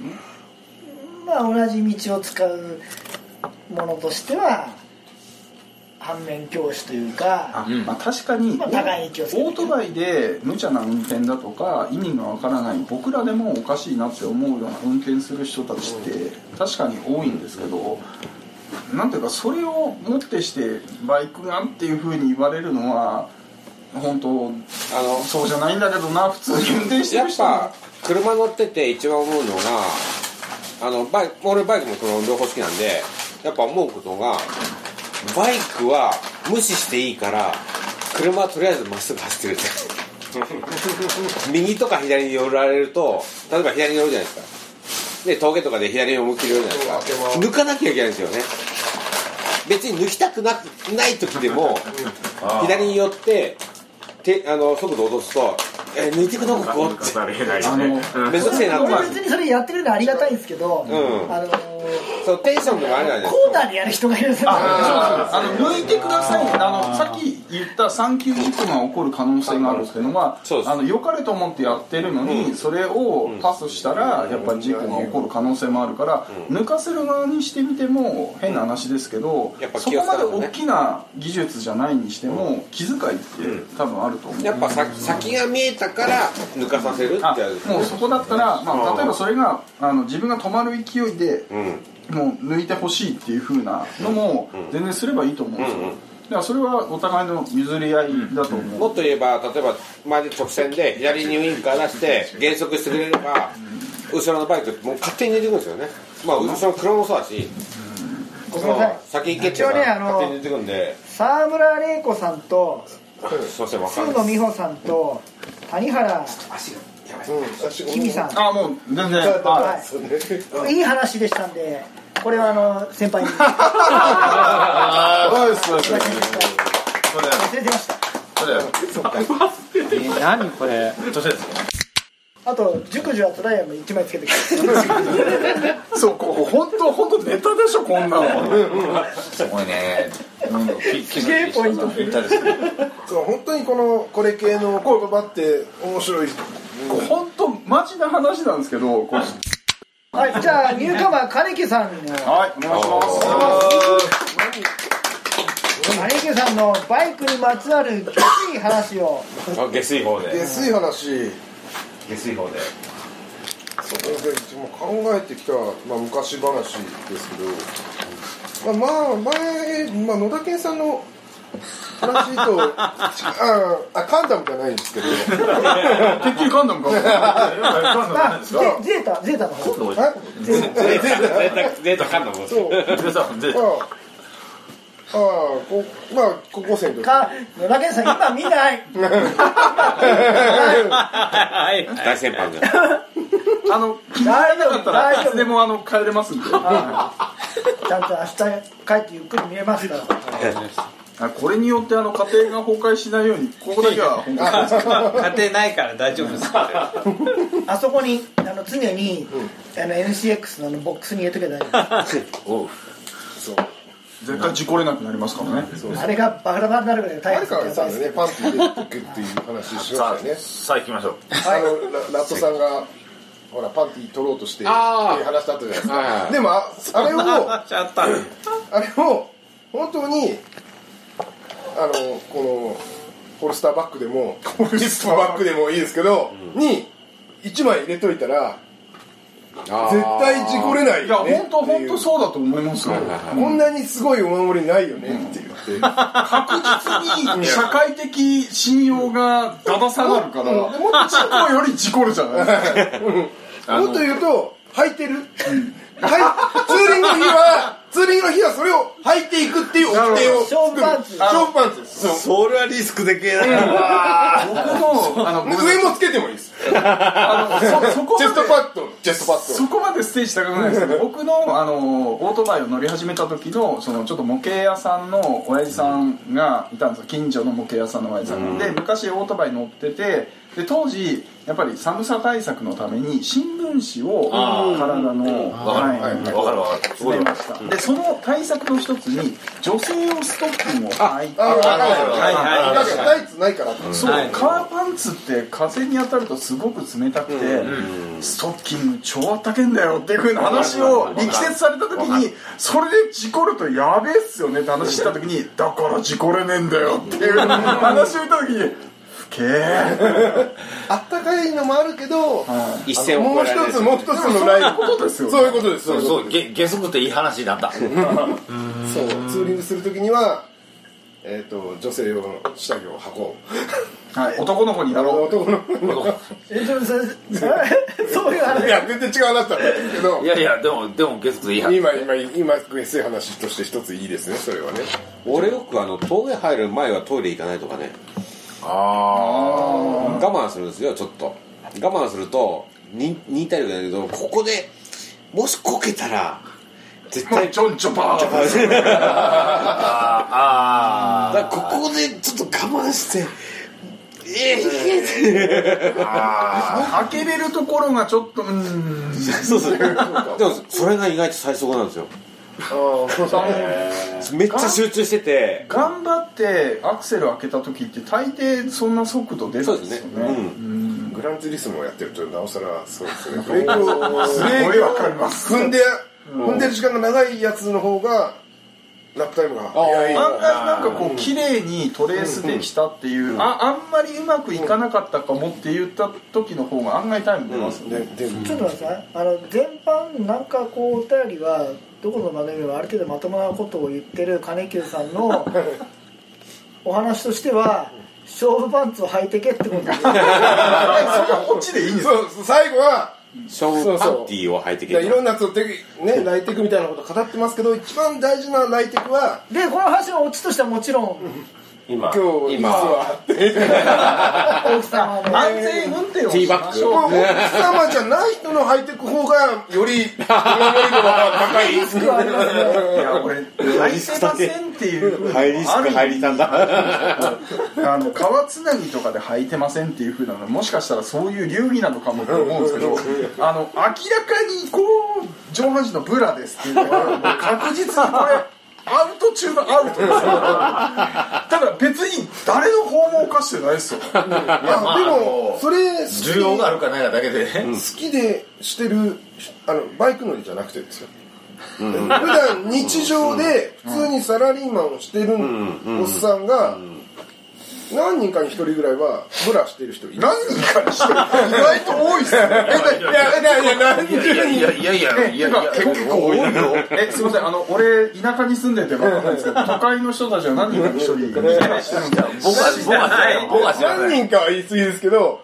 C: まあ同じ道を使うものとしては反面教師というか
D: あ、まあ、確かに、
C: まあ互いに気をつけて
D: オートバイで無茶な運転だとか意味がわからない僕らでもおかしいなって思うような運転する人たちって確かに多いんですけどなんていうかそれをもってしてバイクがっていうふうに言われるのは本当
G: あの
D: そうじゃないんだけどな普通に運転して
G: や
D: る
G: っ
D: 人
G: ぱ
D: は
G: 車乗ってて一番思うのがあのバイク俺バイクも車両方好きなんでやっぱ思うことがバイクは無視していいから車はとりあえずまっすぐ走ってるって右とか左に寄られると例えば左に寄るじゃないですかで峠とかで左に思いっきり寄るじゃないですか抜かなきゃいけないんですよね別に抜きたくなない時でも左に寄っててあの速度落とすと「え抜いてくどここ?」ってめんどくせえなって
C: 僕は別にそれやってるのありがたいんですけど、
G: うん
C: あの
G: そうテンションがあるじゃないですか
C: コーナーでやる人がいるんですよ
D: ああの抜いてくださいあのさっき言った産休一歩が起こる可能性があるっていうのはあの良かれと思ってやってるのに、それをパスしたら、やっぱり事故が起こる可能性もあるから、抜かせる側にしてみても変な話ですけど、
G: やっぱ
D: そ
G: 気を
D: こ
G: 使
D: ま
G: う
D: で
G: よね
D: 大きな技術じゃないにしても、気遣いって多分あると思う。
G: やっぱ先先が見えたから抜かさせるってやる
D: もうそこだったら、まあ、例えばそれがあの自分が止まる勢いで
G: うん
D: もう抜いてほしいっていう風なのも全然すればいいと思うんですよ、だからそれはお互いの譲り合いだと思う、
G: もっと言えば例えば前で直線で左にウインカー出して減速してくれれば後ろのバイクもう勝手に出てくるんですよねまあ後ろの車もそうだし
C: ごめんなさい
G: そう先行けっていうの
C: 一応ねあ
G: が
C: の
G: 勝手に出てくるんで
C: 沢村玲子さんと
G: そうせんわか
C: 菅
G: ん
C: 野
G: ない
C: 美穂さんと谷原きみさん
D: あもう全然
C: は
D: はい
C: いい話でしたんでこれはあの先 輩に
D: そうですそうです
C: 忘れてました
E: え何これ
C: あと熟女はトライアンも一枚つけてくる
D: そうここ本当本当ネタでしょこんなの
B: すごいね。なんだろうき
C: すげえポイント
B: きたですね
F: そう本当にこのこれ系の言葉って面白い
D: 本当マジな話なんですけどこう
C: はいじゃあニューカマー金木さんの
D: はいお願いします
C: 金木さんのバイクにまつわるきつい話を
G: あ下水方で
F: 下水話
G: 下水方で
F: そうでも考えてきた、まあ、昔話ですけど、まあ、まあ前、まあ、野田健さんの話とああカンダムじゃないんですけど
D: てっきり噛んだもんか
C: あゼゼータゼータの方
F: あ
G: データデータデータかんのも
F: そうあああこまあ高校生の時
C: か野田健さん今見ない
G: 大先輩じゃん
D: あの気にならなかったらいつでもあの帰れますんで
C: ちゃんと明日帰ってゆっくり見えますから
D: あこれによってあの家庭が崩壊しないようにここだけは本当に
E: 家庭ないから大丈夫 です
C: あそこにあの常に、あの NCX のあのボックスに入れとけば大丈夫
D: 絶対事故れなくなりますからね
C: あれがバラバラになるぐらいの大
F: 誰
C: 変
F: かがさんでねパンティーでいくっていう話しましたよね
B: さあ行きましょう。
F: あのララットさんがほらパンティー取ろうとしてっていう
G: あー
F: 話だったじゃないですか
G: はいはい
F: でもああれを
E: ちゃった
F: あれを本当にあのこのホルスターバッグでもホルスターバッグでもいいですけど、に1枚入れといたら絶対事故れない
D: いや
F: よね
D: 本当
F: って
D: 本
F: いう
D: 当そうだと思いますよ
F: こんなにすごいお守りないよねって言って、
D: 確実に社会的信用がだだ下がるからもっと事故より事故るじゃないですか
F: もっと言うと履いてる、はいツーリングの日はツーリングの日はそれを履いていくっていう掟を
C: ショーンパンツ
F: ショーンパンツですそう
G: それはリスクでけえな
D: 僕もあのごめんなさい
F: 上もつけてもいいです
D: あのそそこ
F: チェスト
D: まで
F: パッドチェストパッド
D: そこまでステージ高くないです けど僕のあのオートバイを乗り始めた時のそのちょっと模型屋さんの親父さんがいたんですよ近所の模型屋さんの親父さんがで昔オートバイ乗っててで当時やっぱり寒さ対策のために新聞紙を体のはいに
B: わかるわかる。すごい
D: 出。ましたでその対策の一つに女性用ストッキングを履いて
F: あわかんない
E: はいはい
F: だからタイツないから
D: そう、
E: はい
D: 革パンツって風に当たるとすごく冷たくて、ストッキング超あったけんだよっていうふうな話を力説された時にそれで事故るとやべえっすよねって話した時にだから事故れねえんだよっていう話をした時にふけえ
F: あったかいのもあるけど、
G: 一線を
F: もう
G: 越えられ
F: 一
G: る
F: つもう一つのライン
D: ことですよ
F: そういうことです
B: そう
F: そう
B: そう、げ下足っていい話になった。
F: そうツーリングするときにはえっ、と女性用の下着を履こう
D: はい、男の子になろう
F: 男の子
C: えちょっと先生そういう話
F: いや全然違う話だったんですけど
J: いやいやでもでもゲストでいい話
F: 今今今安い話として一ついいですねそれはね
G: 俺よくあの峠入る前はトイレ行かないとかね
F: あ
G: 我慢するんですよちょっと我慢するとに忍耐力だけどここでもしこけたら絶対
D: ちょんちょぱー
G: ちょぱー
J: あ
G: だからここでちょっと我慢してええ
D: 開けれるところがちょっとうーん
G: そうそうでもそれが意外と最速なんですよめっちゃ集中してて
D: 頑張ってアクセル開けた時って大抵そんな速度出るんですよね
F: グランツーリスモをやってるとなおさらそうですね
D: ん
F: ブレーキを
D: す
F: ブ
D: ごい
F: レーキを
D: わかります
F: 踏んで踏んでる時間が長いやつの方がラップタイムが早い
D: 案外なんかこう綺麗にトレースできたっていう、ああんまりうまくいかなかったかもって言った時の方が案外タイム出ますよね、
C: ちょっと待ってくださいあの全般なんかこうお便りはどこの番組もある程度まともなことを言ってる金久さん のお話としては勝負パンツを履いてけってことです
F: こっちでいいんですそう最後は
G: 勝負パンティーを履いて
F: い
G: き
F: や
G: て
F: いろんなそうテクねライテクみたいなこと語ってますけど一番大事なライテクは
C: でこの話のオチとしてはもちろん
I: 今
F: 今日実は
C: 奥様の
D: 安全運転をしましょう
F: まあ奥様じゃない人のハイテク方が より生命力が高い
C: リスクはありますね
D: いや俺入ってませんっていう風な
G: ハイリスク入りたんだ
D: あの川つなぎとかで履いてませんっていうふうなのもしかしたらそういう流儀なのかもと思うんですけどあの明らかにこう上半身のブラですっていうのはもう確実にこれアウト中のアウトですよただ別に誰の法も犯してないですよ
F: いやでもそれ好き
B: 需要があるかないかだけでね
F: 好きでしてるあのバイク乗りじゃなくてですよ、普段日常で普通にサラリーマンをしてるおっさんが何人かに一人ぐらいはブラしてる人いる
D: 何人かにして意外と多いっすよ
F: いやいやいや何
B: いやいやいやいやいやいや
D: 結構多いよえすいませんあの俺田舎に住んでて分かんないですけど都会の人たちは何人かに一人いないしてるんだ
J: 僕は僕は知らない僕は知らない
F: 何人かは言い過ぎですけど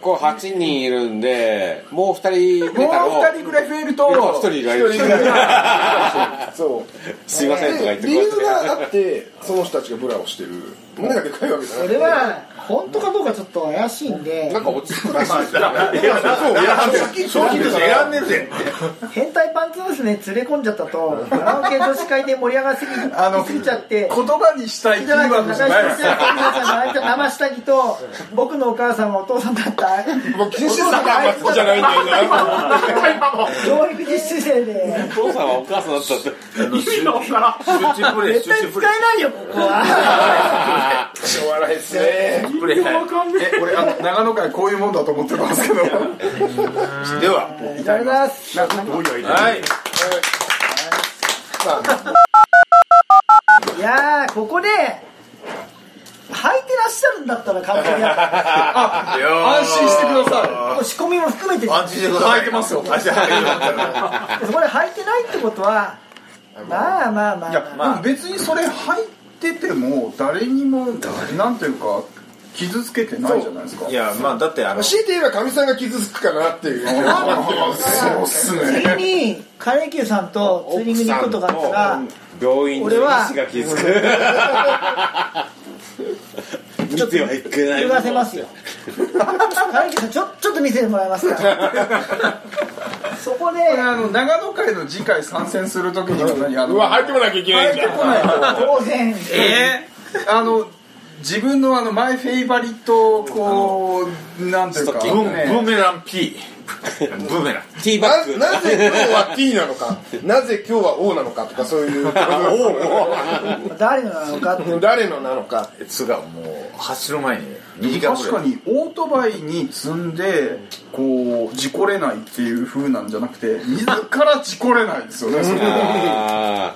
G: こう8人いるんでもう2人出
D: もう
G: たらもう
D: 二人ぐらい増えると
G: 1人がいる
F: 一人ぐらいそう
G: すいませんとか言っ
F: で
G: て
F: 理
G: こうやっ
F: 由
G: て
F: があってその人たちがブラをしてる胸がでかいわけじゃな
C: そ
F: くて
C: れは本当かどうかちょっと怪しいんで
G: なんか落ち着くらしいですよ
F: そう
B: 商品として選んでるぜ
C: 変態パンツをですね連れ込んじゃったとカラオケ女子会で盛り上がりすぎ
D: あの
C: すぎちゃって
D: 言葉にしたいキ
C: じゃない
D: ー
C: と
D: ワー
C: 中
D: ド
C: 島先
D: じゃない
C: 生さ
D: です
C: んの生下着と僕のお母さんはお父さんだった
F: もう禁止さがあんま好きじゃないんだよな
C: 教育実習生で
G: お父さんはお母さんだったって
B: 集中プレイ
C: 絶
B: 集
C: 対
B: 中
C: 使
B: プ
C: え
B: レイ
C: ないよここは
F: お笑いっすね
J: プレイヤー
D: え俺あの長野会こういうもんだと思ってます けど
B: では
C: ありがとうございます
B: はい
C: いやーここで履いてらっしゃるんだったら完璧だ
D: 安心してくださ
C: もう仕込みも含めて
B: 安心してください
D: 履いてますよ
B: 履いてま
C: そこで履いてないってことはまあまあま
D: いい
C: あ、
D: や、
C: まあ、
D: でも別にそれ入ってても誰にもなんというか傷つけてないじゃないですか
B: すいやまあだってあの
F: 強いて言えばかみさんが傷つくかなっていう
D: そうっすね
C: 次に金久さんとツーリングに行くことがあったら
G: 病院の医師が気づく見てはいけない
C: 泳がせますよ金久さんちょ ちょっと見せてもらえますかそこで
D: これあの長野会の次回参戦する時にも何あの
F: 入ってこなきゃいけないんだ
C: 当然
D: えーあの自分のあのマイフェイバリットこうなんていうか
G: ストッキ
B: ブー
D: ね
B: ブーメラン P ブーメラン
G: ティーバッグ
F: ななぜ今日は T なのかなぜ今日は O なのかとかそういう
C: 誰のなのかって
F: 誰のなのか
B: つがもう走る前に2時間ぐ
D: 確
B: ら
D: か
B: い
D: にオートバイに積んでこう事故れないっていう風なんじゃなくて自ら事故れないですよねそれ
G: あ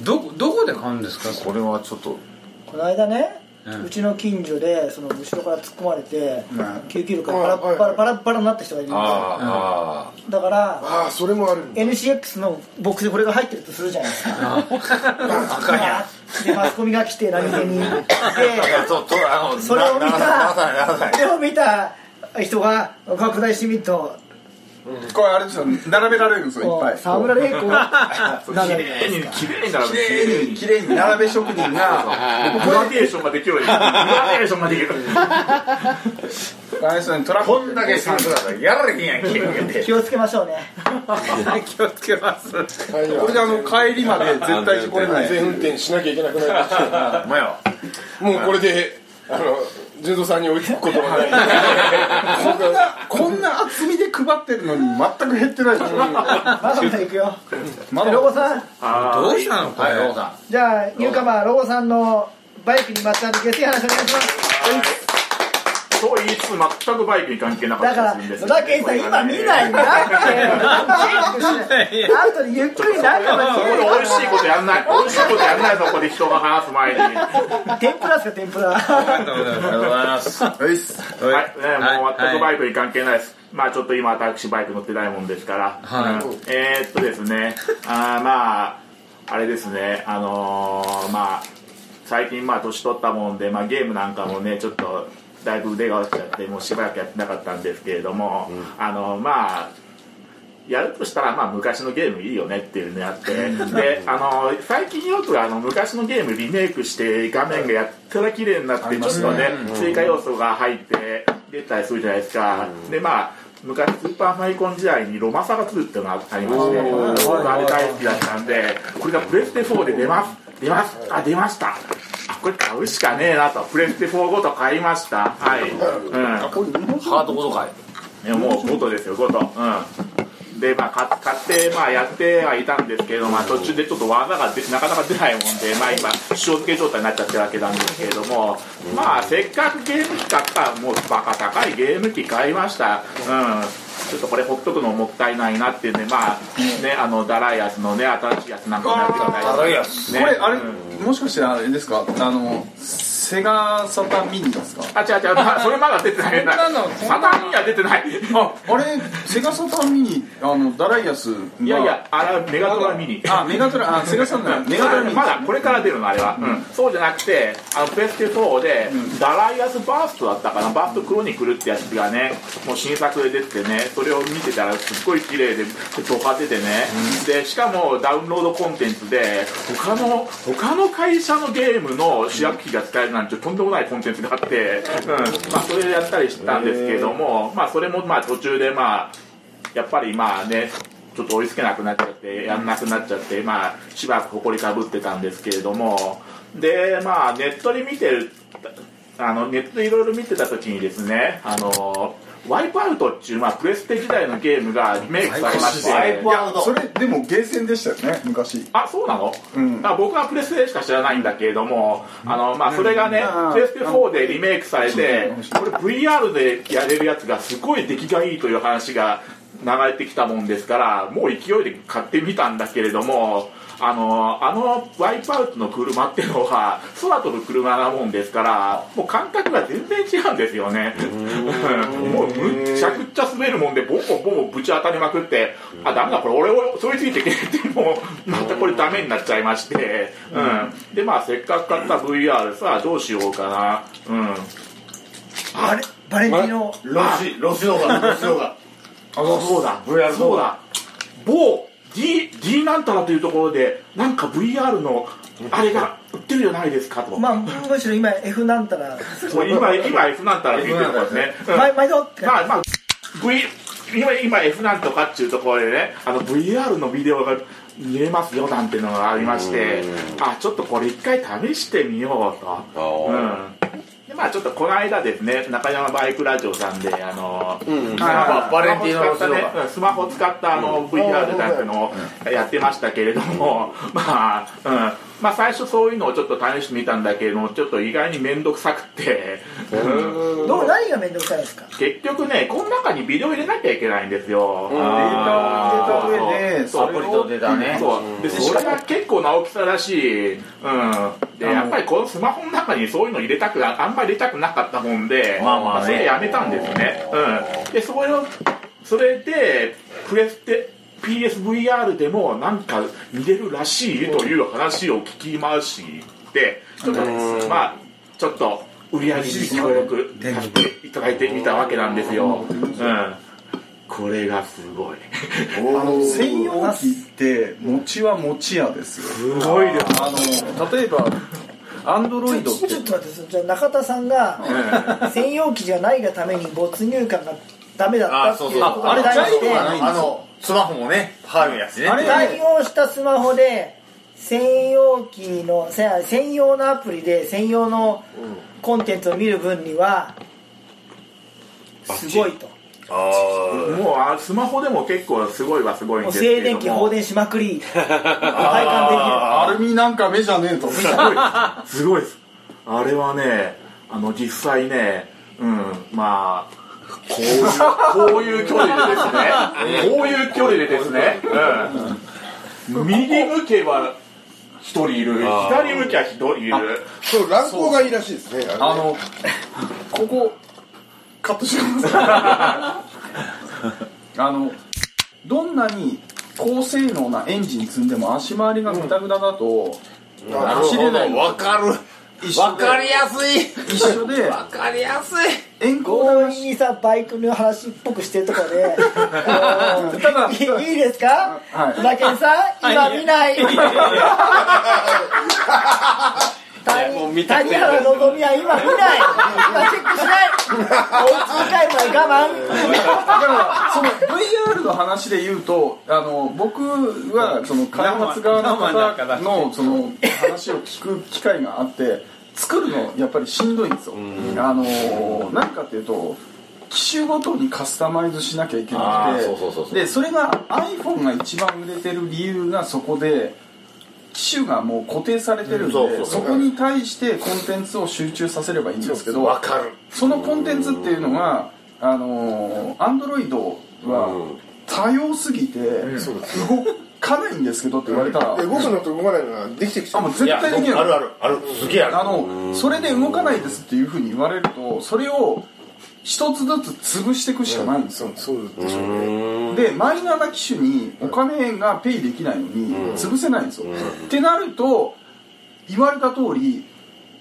E: どこどこで買うんですか
B: これはちょっと
C: この間ね
E: うん
C: うちの近所でその後ろから突っ込まれて
D: うん
C: 救急力からパラッパラパラッパラになった人がいるん
J: あ
C: ですよだからそれもある NCX のボックスでこれが入ってるとするじゃないですか
J: 赤いや
C: でマスコミが来て何気 にで
J: そうとあの
C: それを見
J: ななななな
C: たそれを見た人が拡大してみると
D: これあれですよ並べられるんですよいっぱい
C: 沢村玲子 が
D: そう
C: 並べ
D: 綺
C: る
D: 麗に
J: 綺麗に
D: 並べ綺麗に綺麗に並べ職人が
B: グラデーションができるよグラデーションができる
D: あれですよねトラックこん
B: だけするんだからやられへんやん気をつけて
C: 気をつけましょうね
D: 気をつけますこれであの帰りまで絶対事故れない
F: 全運転しなきゃいけなくなりました
B: まよ
F: もうこれであの純三さんに追いつくことがない
D: こんなこんな厚みで配ってるのに全く減ってないですよ
C: まだまだ行くよ
D: まだ
C: ロゴさん
E: どうしたのこれ、
D: はい
E: ローさん
C: じゃあゆうかまロゴさんのバイクにまつわる下世話お願いします
B: と言いつつ全くバイクに関係なか
C: だ
B: っ
C: か
B: た
C: ら
B: りするんです
C: 野田健さん今見ないんだってあとでゆっくり中ま
B: そこ
C: で
B: で美味しいことや んない美味しいことやんないぞここで人が話す前に
C: 天ぷらですか天ぷら
J: ありがとうございます
D: はいっす
B: はい、ね、もう全
J: はい
B: くバイクに関係ないです。まあちょっと今私バイク乗ってないもんですから。
E: はい
B: うんえーっとですね、あーまああれですね、あのーまあ最近まあ年取ったもんで、まあゲームなんかもねちょっとだいぶ腕が落ちちゃってもうしばらくやってなかったんですけれども、あのまあ。やるとしたら、まあ、昔のゲームいいよねっていうのやってであの最近よくあの昔のゲームリメイクして画面がやったら綺麗になってちょっとね追加要素が入って出たりするじゃないですかでまあ昔スーパーファイコン時代にロマサガ2っていうのがありまして僕あれ大好きだったんでこれがプレステ4で出ます出ますあ出ましたあこれ買うしかねえなとプレステ4ごと買いましたはい、うん、
J: ハートごとかい
B: いやもう5とですよ5とうんでまあか買ってまあやってはいたんですけど、まあ、途中でちょっと技がでなかなか出ないもんで、まあ、今塩漬け状態になっちゃってるわけなんですけれどもまあせっかくゲーム機買ったらもうバカ高いゲーム機買いましたうんちょっとこれほっとくのもったいないなっていうんでまあねあのダライアスのね新しいやつなんかになってください
J: ダライアス
D: これあれもしかしてあれですかあのセガサタミニですか
B: あ違う違う、まあ、それまだ出てないな
E: こんなの
B: サタンには出てない
D: ああれセガサタミニあのダライアス
B: いやいやあれはメガドラミニ
D: あメガトラあセガサタミニメガトラミニ
B: まだこれから出るのあれは、そうじゃなくてあのプレステ4で、ダライアスバーストだったかなバーストクロニクルってやつがねもう新作で出てねそれを見てたらすっごい綺麗でドカ出てね、でしかもダウンロードコンテンツで他の他の会社のゲームの主役機が使えるなんてとんでもないコンテンツがあって、うんまあ、それでやったりしたんですけども、まあ、それもまあ途中でまあやっぱりまあねちょっと追いつけなくなっちゃってやんなくなっちゃって、まあしばらく埃かぶってたんですけれどもでまあネットで見てるあのネットでいろいろ見てた時にですねあのワイプアウトっていう、まあ、プレステ時代のゲームがリメイクされまして
D: それでもゲーセンでしたよね昔
B: あそうなの、
D: うん
B: あ僕はプレステしか知らないんだけれども、あのまあ、それがね、
D: うん
B: プレステ4でリメイクされて
D: うん、
B: これ、VR でやれるやつがすごい出来がいいという話が流れてきたもんですから、もう勢いで買ってみたんだけれども。あのあのワイプアウトの車っていうのは空飛ぶ車なもんですからもう感覚が全然違うんですよねもうむっちゃくちゃ滑るもんでボンボンボンボンぶち当たりまくってあダメだこれ俺をそれついていけないってもうまたこれダメになっちゃいまして、うん、でまあせっかく買った VR さあどうしようかなうん
C: バレバレンティーノ
B: ロシロシオがロシオがあそうだ VR そうだ某 D, D なんたらというところでなんか VR のあれが売ってるじゃないですかと、
C: まあむしろ今 F なんたら
B: もう今今 F なんたらって言ってるからね、うん
C: 毎毎度って
B: まあまあ V 今今 F なんとかっていうところでねあの VR のビデオが見れますよなんてのがありましてあちょっとこれ一回試してみようと。うんでまあちょっとこの間ですね中山バイクラジオさんであの、スマホ
J: バレンティーノの
B: スマホ使ったね
J: 後ろ
B: うんスマホ使ったあの VR なんてのをやってましたけれども、 まあ、うん、まあ最初そういうのをちょっと試してみたんだけれどもちょっと意外に面倒くさくて、うん
C: どう何が面倒くさいですか
B: 結局ねこの中にビデオ入れなきゃいけないんですよデー
D: データた上で
B: そう
D: それを
B: そうでそれが結構な大きさだし、うん、でやっぱりこのスマホの中にそういうの入れたくなあんまり入れたくなかったもんで、
J: まあまあね
B: それやめたんですね、うん、でそれをそれでプレステ PSVR でもなんか見れるらしいという話を聞きましてちょっと
J: うん
B: まあちょっと売り上げに協力させていただいてみたわけなんですよ、うん、これがすごい
D: あの専用機って餅は餅屋ですよ
B: すごいです
D: あの例えばアンドロイドっ
C: ちょ
D: て
C: ちょっと待ってじゃあ中田さんが専用機じゃないがために没入感がダメだった
J: あ
C: って
J: そう
C: い
J: そうう
C: こと
J: あ
C: に
J: れジ
C: 対
J: ャ
C: し
J: イロ
C: て
J: がないんですよあのスマホもね入るやつね
C: 対応したスマホで専用機のせ専用のアプリで専用のコンテンツを見る分にはすごいと
B: もうあスマホでも結構すごいはすごいん
C: もう
B: ですけ
C: 静
B: れど
C: 電
B: も
C: 気放電しまくり
B: 体感できる
D: アルミなんか目じゃねえ と
B: すごいすごいですあれはねあの実際ねうんまあこういうこういう距離でですねこういう距離でですね、うん、右向けば一人いる
F: あー
B: 左向けば一人いる
F: そう乱行がいいらしいですねあ
D: のここカットし ますあのどんなに高性能なエンジン積んでも足回りがグダグダだと、
J: んなるほどわかるわかりやすい
D: 一緒で
J: わかりやすい
C: 強引にさバイクの話っぽくしてるとこであのいいいですか
D: はい
C: ふざけんさん今見ない
H: いやいやい
C: 谷谷原のぞみは今見ない今チェックしないお家に帰るまで
D: だ
C: 我慢
D: からその VR の話で言うとあの僕はその開発側の方のその話を聞く機会があって作るのやっぱりしんどいんですよ。あのなんかっていうと機種ごとにカスタマイズしなきゃいけな
J: あーそうそうそう
D: く
J: そ
D: て
J: う
D: でそれが iPhone が一番売れてる理由がそこで機種がもう固定されてるん
J: うんそうそ
D: で
J: う
D: そこに対してコンテンツを集中させればいいんですけど
J: わかる
D: そのコンテンツっていうのがあのアンドロイドは多様すぎて動かないんですけどって言われたら
F: で動くのと動かないのができてきちゃ
D: あも
F: う
D: う絶対でき
F: い
D: る
F: や
D: の
F: あるある
J: あるすげえある
D: あのそれで動かないですっていうふうに言われるとそれを一つずつ潰していくしかないんですよ、
F: そうでしょうね
D: でマイナーな機種にお金がペイできないのに潰せないんですよ、ってなると言われた通り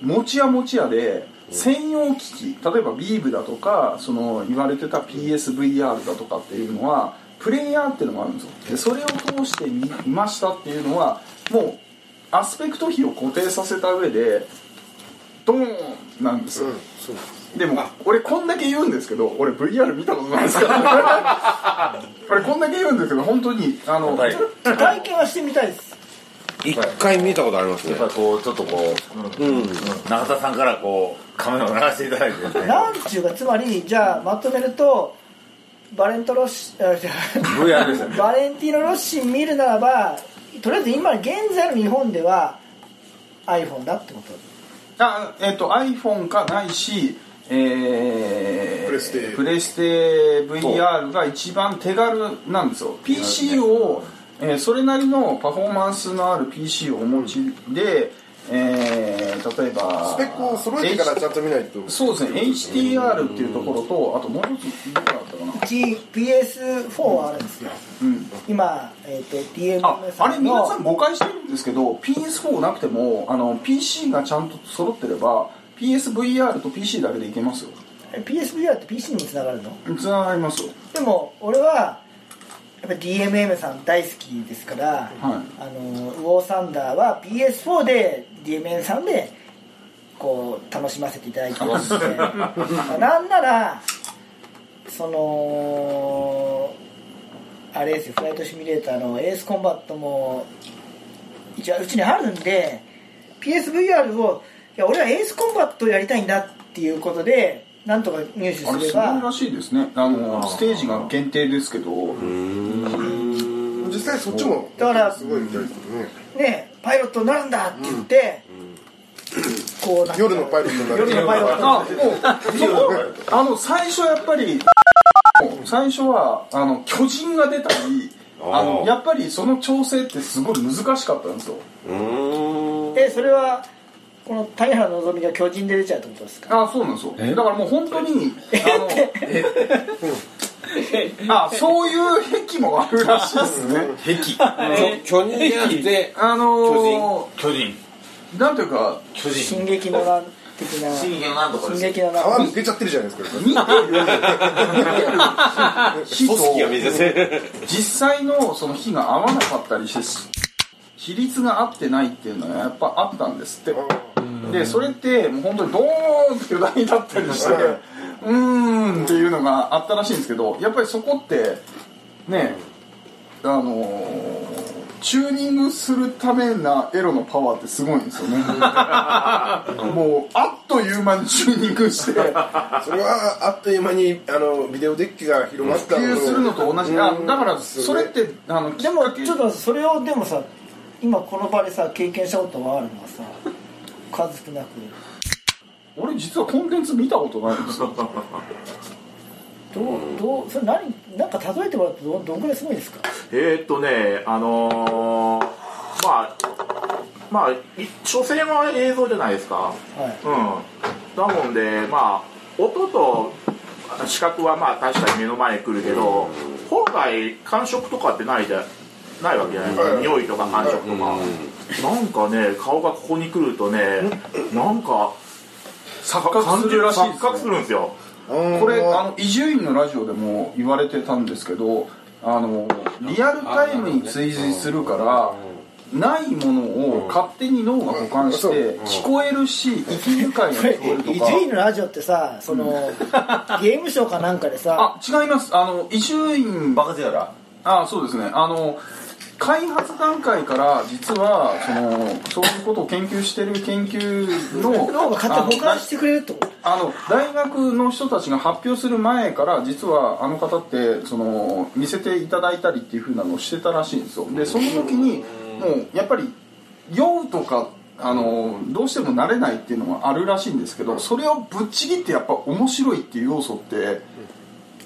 D: 持ち屋持ち屋で専用機器例えばビーブだとかその言われてた PSVR だとかっていうのはプレイヤーっていうのがあるんですよでそれを通して見ましたっていうのはもうアスペクト比を固定させた上でドーンなんですよ、でも俺こんだけ言うんですけど俺 VR 見たことないですから 俺こんだけ言うんですけど本当にあの、
J: はい
C: 体験はしてみたいです
G: 一回見たことあります
J: や
G: ね
J: っぱりこうちょっとこう、うん中田さんからこうカメラを鳴らしていただいてですね
C: なんちゅうかつまりじゃあまとめるとバレントロッシあ違う
J: VR ですよね
C: バレンティーノ・ロッシン見るならばとりあえず今現在の日本では iPhone だってこと
D: あえっ、と iPhone かないし、えー
F: プレステ
D: プレステ VR が一番手軽なんですよ PC を、えーそれなりのパフォーマンスのある PC をお持ちで、えー例えば
F: スペックを揃えてからちゃんと見ないと
D: そうですね HDR っていうところとあともう一つどこだったかな
C: うち PS4 はあるんですよ、
D: ん
C: 今、えー、と DM
D: ああれ皆さん
C: の
D: 誤解してるんですけど PS4 なくてもあの PC がちゃんと揃ってれば PSVR と PC だけでいけますよ
C: PSVR って PC につながるの
D: つながりますよ
C: でも俺はやっぱ DMM さん大好きですから、
D: はい
C: あのウォーサンダーは PS4 で DMM さんでこう楽しませていただいてますの でなんならそのあれですよフライトシミュレーターのエースコンバットも一応うちにあるんで PSVR をいや俺はエースコンバットをやりたいんだっていうことでなんとか入手すれば
D: あれすごいらしいですねあのステージが限定ですけど
F: 実際そっちも
C: だから
F: すごいみたいですけどね
C: ねパイロットになるんだって言って、こうなんか
F: 夜のパイロットになる
C: 夜のパイロット
D: あもうそこあの最初やっぱり最初はあの巨人が出たりあのやっぱりその調整ってすごい難しかったんですよ
C: えそれはこの谷原のぞみが巨人で出ちゃうってことですか
D: あそうなんですよだからもう本当にあのあそういう癖もあるらしいですね
G: 壁巨人じゃなくて
D: あの
G: 巨人
D: なんていうか
G: 巨人
C: 進撃の乱的な
J: 進撃の乱とかです
C: 進撃の乱
F: 皮抜けちゃってるじゃないですか。
D: 火と
G: 組織が見えてて
D: 実際のその火が合わなかったりして比率が合ってないっていうのはやっぱあったんですってでそれってもう本当にドーンって巨大だったりしてうーんっていうのがあったらしいんですけどやっぱりそこってねあのーチューニングするためなエロのパワーってすごいんですよねもうあっという間にチューニングして
F: それはあっという間にあのビデオデッキが広まった
D: 普及するのと同じあだからそれってあの
C: でもちょっとそれをでもさ今この場でさ経験したことがあるのはさ数少なく
D: 俺実はコンテンツ見たことないんですよ
C: どうどうそれ何なんか例えてもらってどどんぐらいすごいですか
B: えー、っとね、あのーまあ、まあ、い所詮は映像じゃないですか。うん。だもんで、まあ、音と視覚はまあ確かに目の前に来るけど、本来感触とかってないじゃないわけじゃないですか。匂いとか感触とか。なんかね、顔がここに来るとね、なんか、
D: 錯覚するらしいですね
B: 錯覚するんですよ。
D: これあの伊集院のラジオでも言われてたんですけどあのリアルタイムに追随するからないものを勝手に脳が保管して聞こえるし息遣いが聞こえると
C: 伊
D: か
C: 集院のラジオってさその、ゲームショーかなんかでさ
D: あ違いますあの伊集院バカゼラあそうですねあの開発段階から実はそのそういうことを研究してる研究の
C: 脳が勝手に保
D: あ
C: 管
D: の
C: してくれるってこと
D: あの大学の人たちが発表する前から実はあの方ってその見せていただいたりっていう風なのをしてたらしいんですよでその時にもうやっぱり酔うとかあのどうしても慣れないっていうのがあるらしいんですけどそれをぶっちぎってやっぱ面白いっていう要素って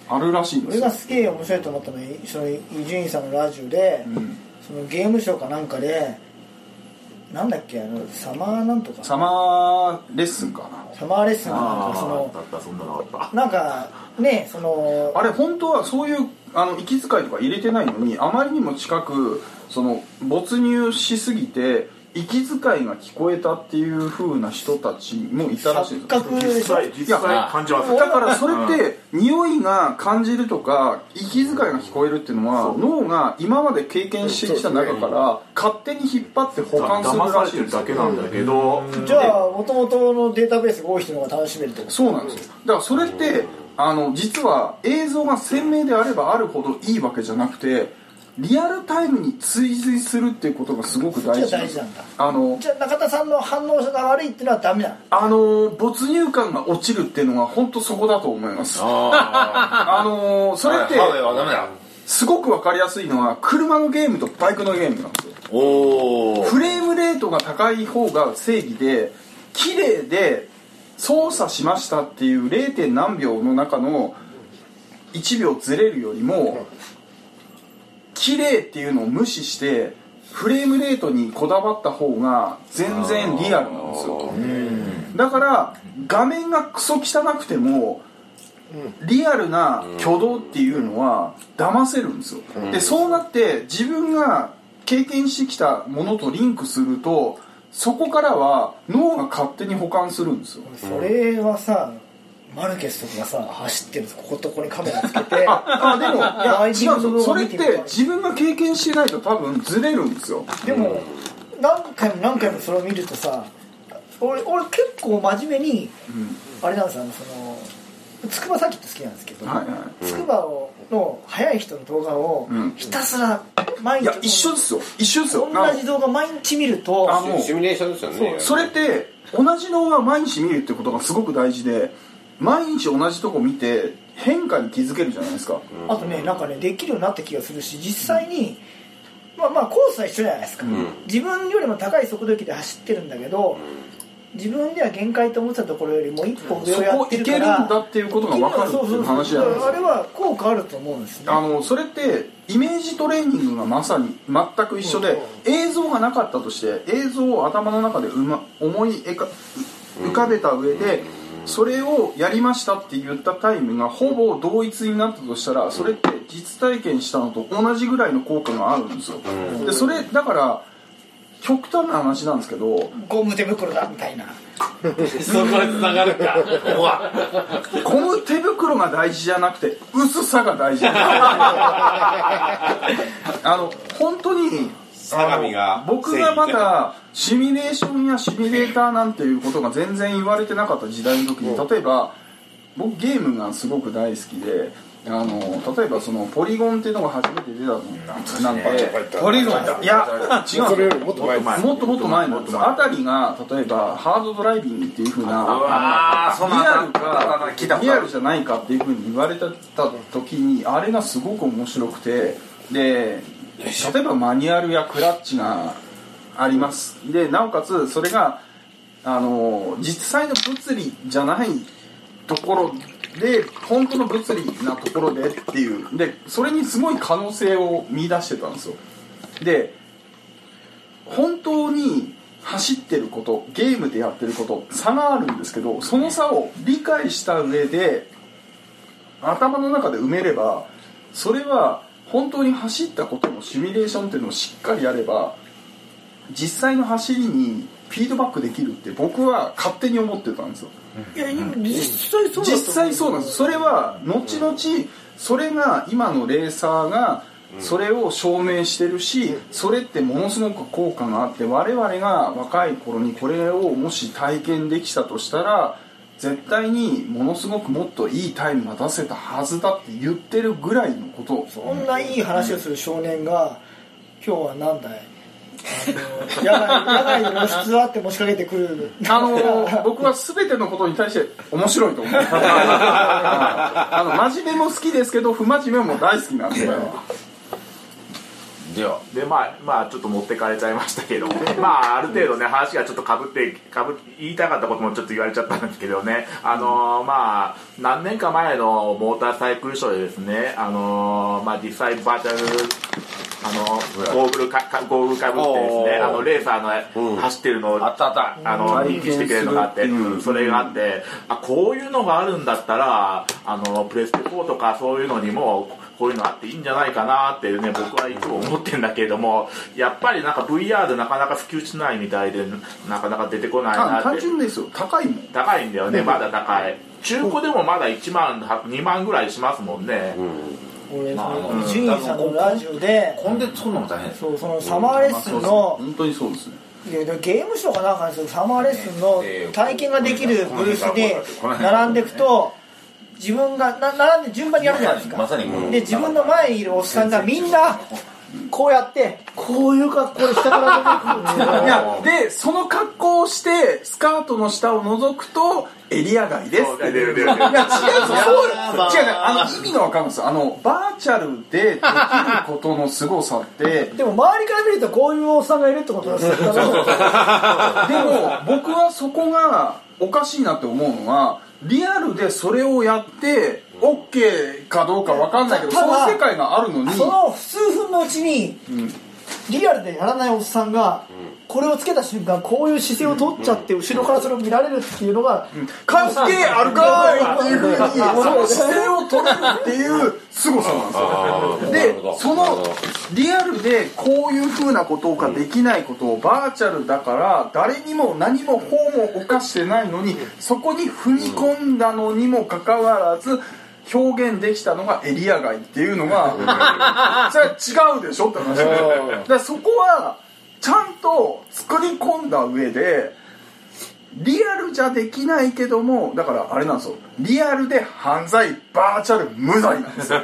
D: あるらしいん
C: 俺
D: ですよ
C: がすげえ面白いと思ったのはその伊集院さんのラジオで、そのゲームショーかなんかでなんだっけあのサマーなんとかサ
D: サマーレッスンかな
C: マーレッスンかなんかそ
B: あ
C: の
B: あ、だった、そんなのあった。
C: なんかねその
D: あれ本当はそういうあの息遣いとか入れてないのにあまりにも近くその没入しすぎて息遣いが聞こえたっていう風な人たちもいたらしいん
C: 錯
D: ですよ
C: 覚で
B: 実
C: しょ
B: 際、実際感じます。
D: だからそれって匂いが感じるとか息遣いが聞こえるっていうのは脳が今まで経験してきた中から勝手に引っ張って保管す
B: 騙
D: る
B: さ
D: ら
B: れ
D: していんで
B: る
D: すよ
B: だけなんだけど、
C: じゃあ元々のデータベースが多い人の方が楽しめるってこと
D: そうなんですよだからそれってあの実は映像が鮮明であればあるほどいいわけじゃなくてリアルタイムに追随するっていうことがすごく大
C: そっ
D: 事
C: ちが大事なんだ
D: あの
C: じゃあ中田さんの反応が悪いっていうのはダメなの
D: あの没入感が落ちるっていうのは本当そこだと思います あのそれって
J: ハワイはダメだ
D: すごく分かりやすいのは車のゲームとバイクのゲームなんですよ
J: おお
D: フレームレートが高い方が正義で綺麗で操作しましたっていう 0. 点何秒の中の1秒ずれるよりも綺麗っていうのを無視してフレームレートにこだわった方が全然リアルなんですよだから画面がクソ汚くてもリアルな挙動っていうのは騙せるんですよ、でそうなって自分が経験してきたものとリンクするとそこからは脳が勝手に保管するんですよ
C: それはさマルケスとかがさ走ってるこことここにカメラつけて
D: あでも
C: いや
D: いや違うんですよそれっ
C: 相手の動画を見てみ
D: て
C: た
D: 自分が経験してないと多分ずれるんですよ
C: でも何回も何回もそれを見るとさ俺俺結構真面目に、あれなんですよあのその筑波サーキット好きなんですけど
D: はいは
C: 筑波をの速い人の動画を
D: うん
C: ひたすら毎
D: い
C: 日
D: いや一緒ですよ一緒ですよ
C: 同じ動画毎日見ると
D: あもう
G: シミュレーションですよね
D: それって同じ動画を毎日見るってことがすごく大事で毎日同じとこ見て変化に気づけるじゃないですか、
C: あとねなんかねできるようになった気がするし実際に、まあまあコースは一緒じゃないですか、自分よりも高い速度域で走ってるんだけど、自分では限界と思ってたところよりも一歩上を
D: そ
C: や
D: こ
C: って
D: い
C: る
D: け
C: か
D: るん
C: ら
D: だっていうことが分かるっていう話じゃない
C: そうそうそ
D: です
C: うあ
D: か
C: れは効果あると思うんですよ
D: あのそれってイメージトレーニングがまさに全く一緒で映像がなかったとして映像を頭の中でう、ま、思いえか浮かべた上でそれをやりましたって言ったタイムがほぼ同一になったとしたらそれって実体験したのと同じぐらいの効果があるんですよでそれだから極端な話なんですけど
C: ゴム手袋だみたいな
D: そこに繋がるかこの手袋が大事じゃなくて薄さが大事なんですよあの本当に
G: 相模が
D: 僕がまだシミュレーションやシミュレーターなんていうことが全然言われてなかった時代の時に例えば僕ゲームがすごく大好きであの例えばそのポリゴンっていうのが初めて出たのなんで
E: ポリゴン
D: いや違うんですよ
F: それよりもっと前です
D: もっともっと前のあたりが例えばハードドライビングっていうふうな
J: あーそうなん
D: リ
J: だ
D: アルかリアルじゃないかっていうふうに言われた時にあれがすごく面白くてで例えばマニュアルやクラッチがありますでなおかつそれがあの実際の物理じゃないところで本当の物理なところでっていうでそれにすごい可能性を見出してたんですよで本当に走ってることゲームでやってること差があるんですけどその差を理解した上で頭の中で埋めればそれは本当に走ったことのシミュレーションっていうのをしっかりやれば実際の走りにフィードバックできるって僕は勝手に思ってたんですよ
C: いや実際そうだと思う
D: 実際そうなんですそれは後々それが今のレーサーがそれを証明してるしそれってものすごく効果があって我々が若い頃にこれをもし体験できたとしたら絶対にものすごくもっといいタイムが出せたはずだって言ってるぐらいのこと
C: こんないい話をする少年が今日は何だいあの野外野外に露出あって持ちかけてくる
D: あのー僕は全てのことに対して面白い と思うあの真面目も好きですけど不真面目も大好きなんで
B: でまあまあちょっと持ってかれちゃいましたけど まあある程度ね話がちょっとかぶってかぶ言いたかったこともちょっと言われちゃったんですけどねあのーまあ何年か前のモーターサイクルショーでですねあのーまあ実際バーチャルあのゴーグルかかゴーグルかぶってですね
J: おー
B: あのレーサーの走ってるのをあったあったの
J: 体
B: 見
J: 験
B: してくれるのがあって
J: するっていう
B: それがあってあこういうのがあるんだったらあのプレステ4とかそういうのにもこういうのあっていいんじゃないかなっていうね僕はいつも思ってるんだけれどもやっぱりなんか VR なかなか普及しないみたいでなかなか出てこない
D: あ
B: なっ
D: 単
B: て
D: 純ですよ高いもん
B: 高いんだよねまだ高い中古でもまだ1万2万ぐらいしますもんね、
C: 俺
B: まああの
C: 伊集院さんのラジオで
J: コンテンツ作るのも大変です
C: そうそのサマーレッスンの
D: 本当にそうですね
C: いやでもゲームショーかなんかですよサマーレッスンの体験ができるブースで並んでいくと自分がな並んで順番にやるじゃないですか
J: まさにまさにうん
C: で自分の前にいるおっさんがみんなこうやってこういう格好で下から出てくるん
D: いやでその格好をしてスカートの下を覗くとエリア外です
B: そう
D: いや
B: 出
D: 違
B: る
D: う
B: 出
D: 違う
B: る出る
D: そう違う違うあの意味のわかんないですあのバーチャルでできることのすごさって
C: でも周りから見るとこういうおっさんがいるってことですよだから
D: でも僕はそこがおかしいなって思うのはリアルでそれをやってオッケーかどうかわかんないけど
C: た
D: そ
C: だ
D: の世界があるのに
C: その数分のうちにリアルでやらないおっさんがこれをつけた瞬間こういう姿勢を取っちゃって後ろからそれを見られるっていうのが
D: 「かっけーあるかーい!」っていうふうにその姿勢を取れるっていう凄さなんですよでそのリアルでこういうふうなことができないことをバーチャルだから誰にも何も法も犯してないのにそこに踏み込んだのにもかかわらず表現できたのがエリア外っていうの がそれは違うでしょって話だからそこはちゃんと作り込んだ上でリアルじゃできないけどもだからあれなんですよリアルで犯罪バーチャル無罪なんですよ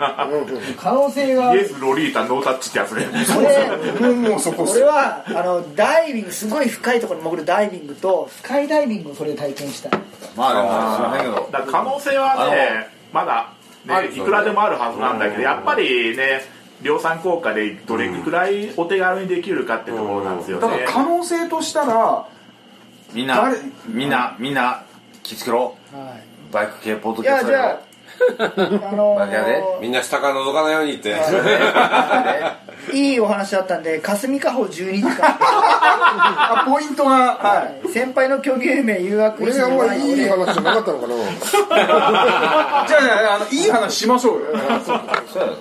C: 可能性が
B: イエスロリータノータッチってやつね
C: これ
D: もうもうそこっす
C: 俺はあのダイビングすごい深いところに潜るダイビングとスカイダイビングをそれで体験したい
J: まあでも知らないけど
B: だから可能性はねまだ
J: あ
B: ね
J: る
B: いくらでもあるはずなんだけどやっぱりね量産効果でどれくらいお手軽にできるかってところなんですよ
D: だから
B: ね
D: 可能性としたら
J: みんなみんなみんな気付けろ
C: は
J: バイク系ポッ
C: い、
J: ド
C: い
J: キャ
C: や
J: スト
C: じゃ
J: だ
C: ああの
G: バキでみんな下から覗かないようにって
C: いいお話だったんで霞ヶ穂12時間
D: あポイントが は
C: 先輩の狂言名誘惑
F: 俺があんまりいい話じゃなかったのかな
D: じゃあじゃああのいい話しましょうよ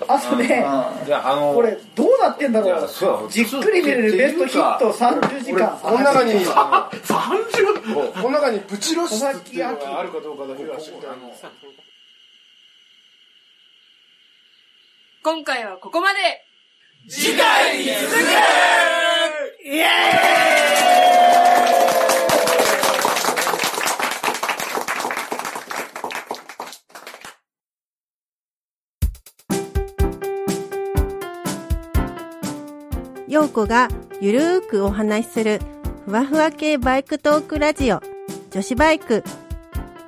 C: あとね
J: ろじゃああの
C: これどうなってんだろう
J: そうや
C: じっくり見れるベストヒット30時間
F: この中にあ
B: 30
F: のこの中にプチ露出っていうのがあるかどうかだけは知りたい
K: 今回はここまで
L: 陽子がゆるーくお話しするふわふわ系バイクトークラジオ女子バイク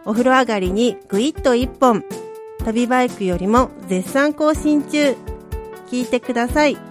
L: お風呂上がりにぐいっと一本旅バイクよりも絶賛更新中聞いてください